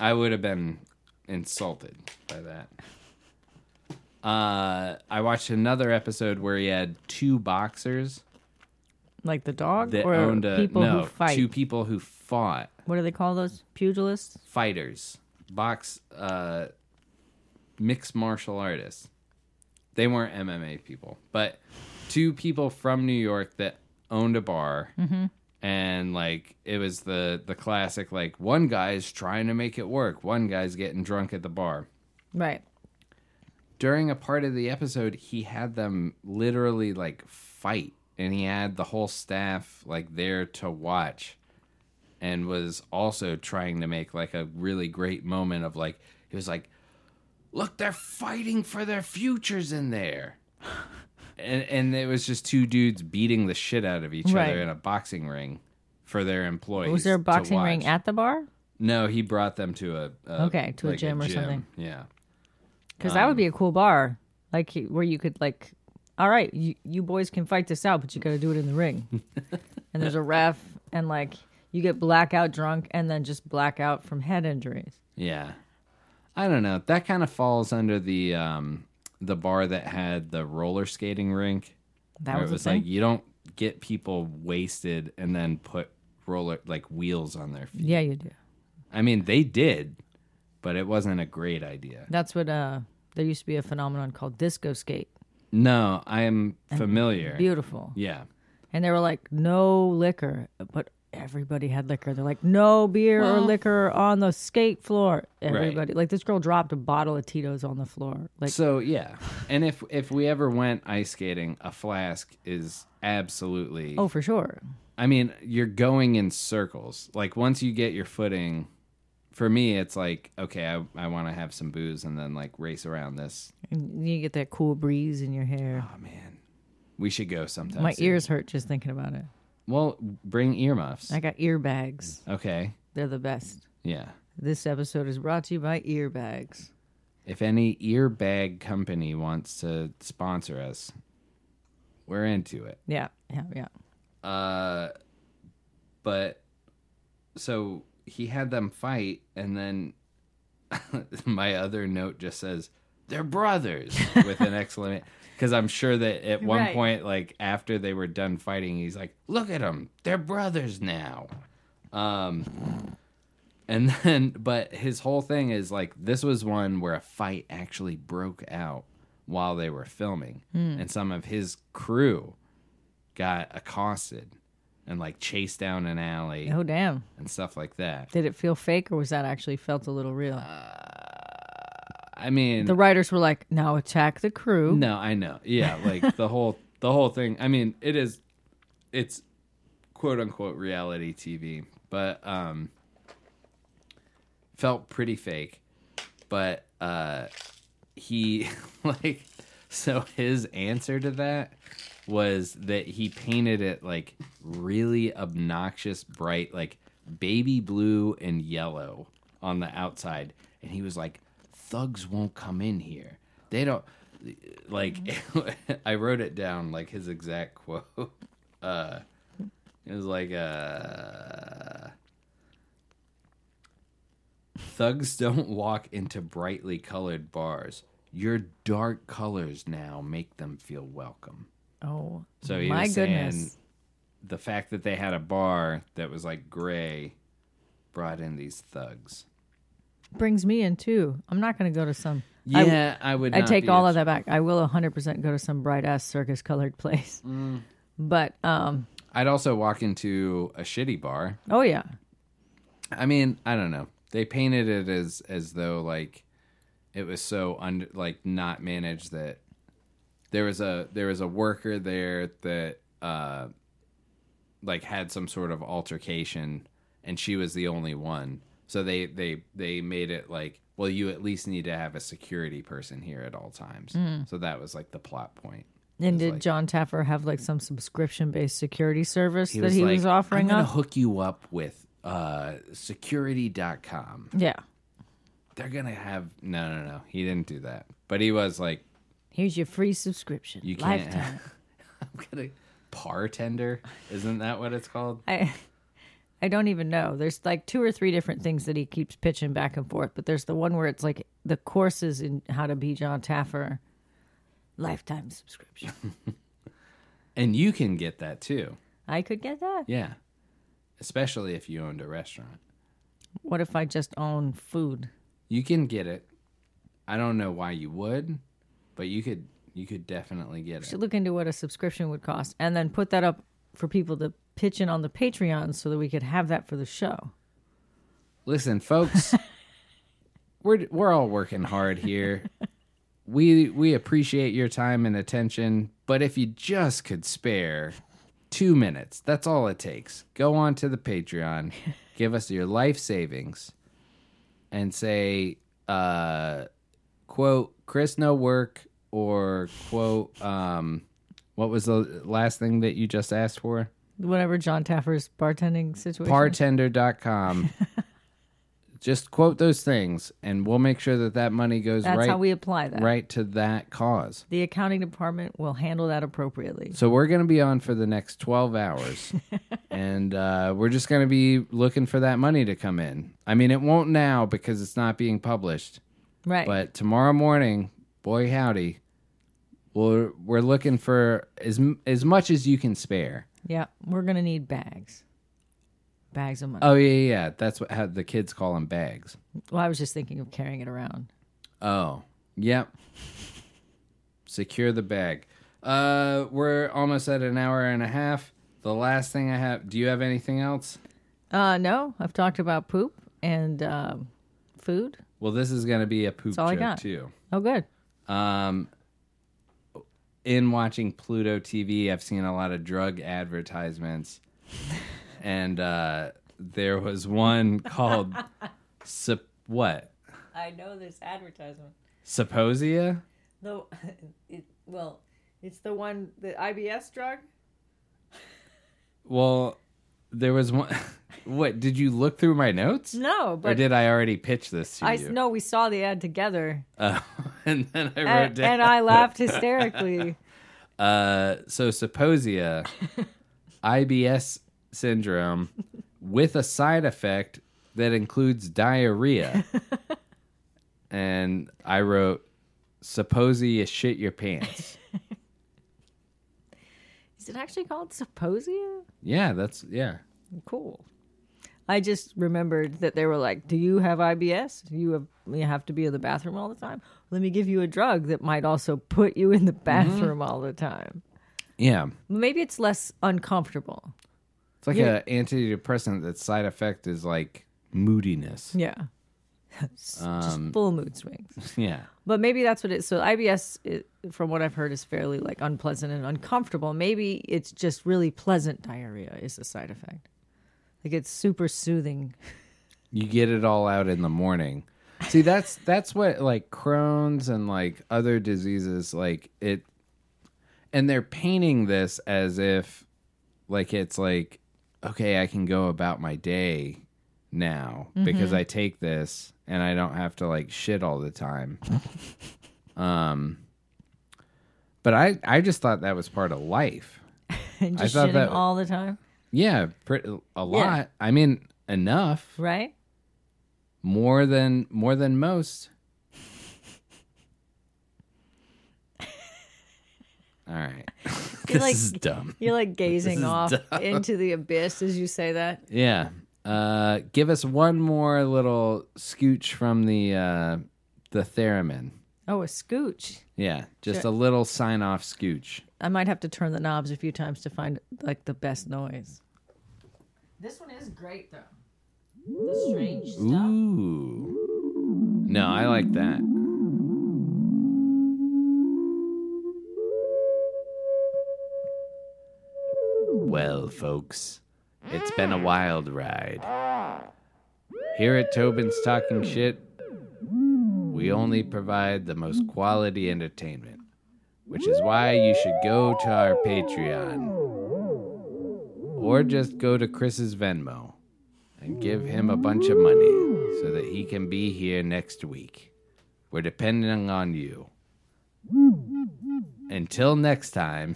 I would have been insulted by that. Uh, I watched another episode where he had two boxers Like the dog that or owned a people no who fight. two people who fought what do they call those? Pugilists? fighters box uh mixed martial artists they weren't mma people but two people from new york that owned a bar Mm-hmm. and like it was the the classic like one guy's trying to make it work one guy's getting drunk at the bar Right. during a part of the episode he had them literally like fight and he had the whole staff like there to watch and was also trying to make like a really great moment of like he was like look they're fighting for their futures in there <laughs> and and it was just two dudes beating the shit out of each Right. other in a boxing ring for their employees Was there a to boxing ring watch. at the bar? no he brought them to a, a Um, Okay, to a gym or something. yeah Because that would be a cool bar, like you- where you could like, all right, you, you boys can fight this out, but you got to do it in the <laughs> ring. and there's a ref, and like you get blackout drunk, and then just blackout from head injuries. Yeah. I don't know. That kind of falls under the um the bar that had the roller skating rink. That where was, it was a thing. like you don't get people wasted and then put roller like wheels on their feet. yeah, you do. I mean, they did, but it wasn't a great idea. That's what uh, there used to be a phenomenon called disco skate. No, I am familiar. Beautiful. Yeah. And they were like, no liquor, but everybody had liquor. They're like, no beer or liquor on the skate floor. Everybody, like this girl dropped a bottle of Tito's on the floor. Like, So yeah. And if if we ever went ice skating, a flask is absolutely oh, for sure. I mean, you're going in circles. Like once you get your footing, for me, it's like okay, I, I want to have some booze and then like race around this. And you get that cool breeze in your hair. <sighs> Oh man, we should go sometime. My soon. ears hurt just thinking about it. Well, bring earmuffs. I got ear bags. Okay. They're the best. Yeah. This episode is brought to you by ear bags. If any earbag company wants to sponsor us, we're into it. Yeah, yeah, yeah. Uh, but so he had them fight, and then <laughs> my other note just says they're brothers with an exclamation. Because I'm sure that at one Right. point, like after they were done fighting, he's like, "Look at them, they're brothers now." Um, And <laughs> then, but his whole thing is like this was one where a fight actually broke out while they were filming, and some of his crew got accosted and like chased down an alley Oh damn! and stuff like that. Did it feel fake or was that actually felt a little real? Uh, I mean, the writers were like, "Now attack the crew." No, I know. Yeah, like the whole the whole thing. I mean, it is it's quote unquote reality TV, but um felt pretty fake. But uh he <laughs> like so his answer to that was that he painted it like really obnoxious bright like baby blue and yellow on the outside and he was like thugs won't come in here they don't like Mm-hmm. <laughs> i wrote it down like his exact quote <laughs> uh it was like uh Thugs don't walk into brightly colored bars. Your dark colors now make them feel welcome. Oh, So he my was saying goodness! the fact that they had a bar that was like gray brought in these thugs. Brings me in too. I'm not going to go to some. I- Yeah, I, would. I not take be all a- of that back. I will 100% go to some bright ass circus colored <laughs> place. Mm. But um, I'd also walk into a shitty bar. oh yeah, I mean, I don't know. They painted it as as though like it was so under like not managed that there was a there was a worker there that uh like had some sort of altercation and she was the only one. So they they they made it like well you at least need to have a security person here at all times. Hmm. So that was like the plot point. And was did like- John Taffer have like some subscription based security service that was he like, was offering I'm <laughs> gonna up? hook you up with uh security.com. yeah. they're gonna have no no no he didn't do that but he was like Here's your free subscription. you can't lifetime. have <laughs> i'm gonna bartender isn't that what it's called I I don't even know. There's like two or three different things that he keeps pitching back and forth, but there's the one where it's like the courses in how to be John Taffer <laughs> lifetime subscription. and you can get that too I could get that. yeah especially if you owned a restaurant What if I just own food? you can get it i don't know why you would but you could you could definitely get should it look into what a subscription would cost and then put that up for people to pitch in on the Patreon so that we could have that for the show. listen folks we're we're all working hard here we we appreciate your time and attention, but if you just could spare two minutes, that's all it takes. Go on to the Patreon, give us your life savings, and say, uh, quote, Chris no work, or quote, um, what was the last thing that you just asked for? Whatever John Taffer's bartending situation. <laughs> Bartender.com. just quote those things, and we'll make sure that that money goes That's right, how we apply that. right to that cause. The accounting department will handle that appropriately. So we're going to be on for the next 12 <laughs> hours. and uh, we're just going to be looking for that money to come in. I mean, it won't now because it's not being published. Right. But tomorrow morning, boy howdy, we're, we're looking for as, m- as much as you can spare. yeah, we're going to need bags. Bags of money. Oh, yeah, yeah, yeah. That's what how the kids call them bags. well, I was just thinking of carrying it around. Oh, yep. Secure the bag. Uh, we're almost at an hour and a half. The last thing I have. Do you have anything else? Uh, no, I've talked about poop and um, food. Well, this is going to be a poop all I joke got. too. Um, Oh, good. In watching Pluto TV, I've seen a lot of drug advertisements, and uh, there was one called sup- what I know this advertisement. Supposia. No, <laughs> it, well, it's the one, the IBS drug? Well, there was one. <laughs> what did you look through my notes? No, Or but did I already pitch this to I you? know we saw the ad together, <laughs> Uh, and then I wrote and, down. and I <laughs> laughed hysterically. Uh, so <laughs> Supposia, IBS syndrome, with a side effect that includes <laughs> diarrhea. and I wrote, Supposia shit your pants. <laughs> Is it actually called Symposia? yeah, that's yeah. Cool. I just remembered that they were like, "Do you have IBS? You have you have to be in the bathroom all the time. Let me give you a drug that might also put you in the Mm-hmm. bathroom all the time. Yeah. Maybe it's less uncomfortable. It's like Yeah. an antidepressant that's side effect is like moodiness. <laughs> Yeah, <laughs> just full mood swings. Yeah. But maybe that's what it is. So IBS, i from what I've heard, is fairly like unpleasant and uncomfortable. Maybe it's just really pleasant diarrhea is the side effect. Like it's super soothing. <laughs> You get it all out in the morning. See, that's that's what like Crohn's and like other diseases like it and they're painting this as if like it's like okay, I can go about my day now because I take this and I don't have to like shit all the time. um but I I just thought that was part of life. And I just thought shitting that- all the time, Yeah, pret- a lot. I mean, enough right? more than more than most. All right, this like- is dumb. You're like gazing off into the abyss as you say that. Yeah, uh, give us one more little scooch from the uh, the theremin. Oh, a scooch. Yeah, just a little sign off scooch. I might have to turn the knobs a few times to find like the best noise. This one is great though. The strange stuff. Ooh, no, I like that. Well, folks, it's been a wild ride. Here at Tobin's Talking Shit, we only provide the most quality entertainment, which is why you should go to our Patreon. Or just go to Chris's Venmo and give him a bunch of money so that he can be here next week. We're depending on you. Until next time,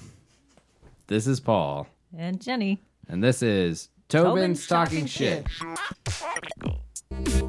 this is Paul. And Jenny. And this is Tobin's, Tobin's Talking, Talking Shit. Shit.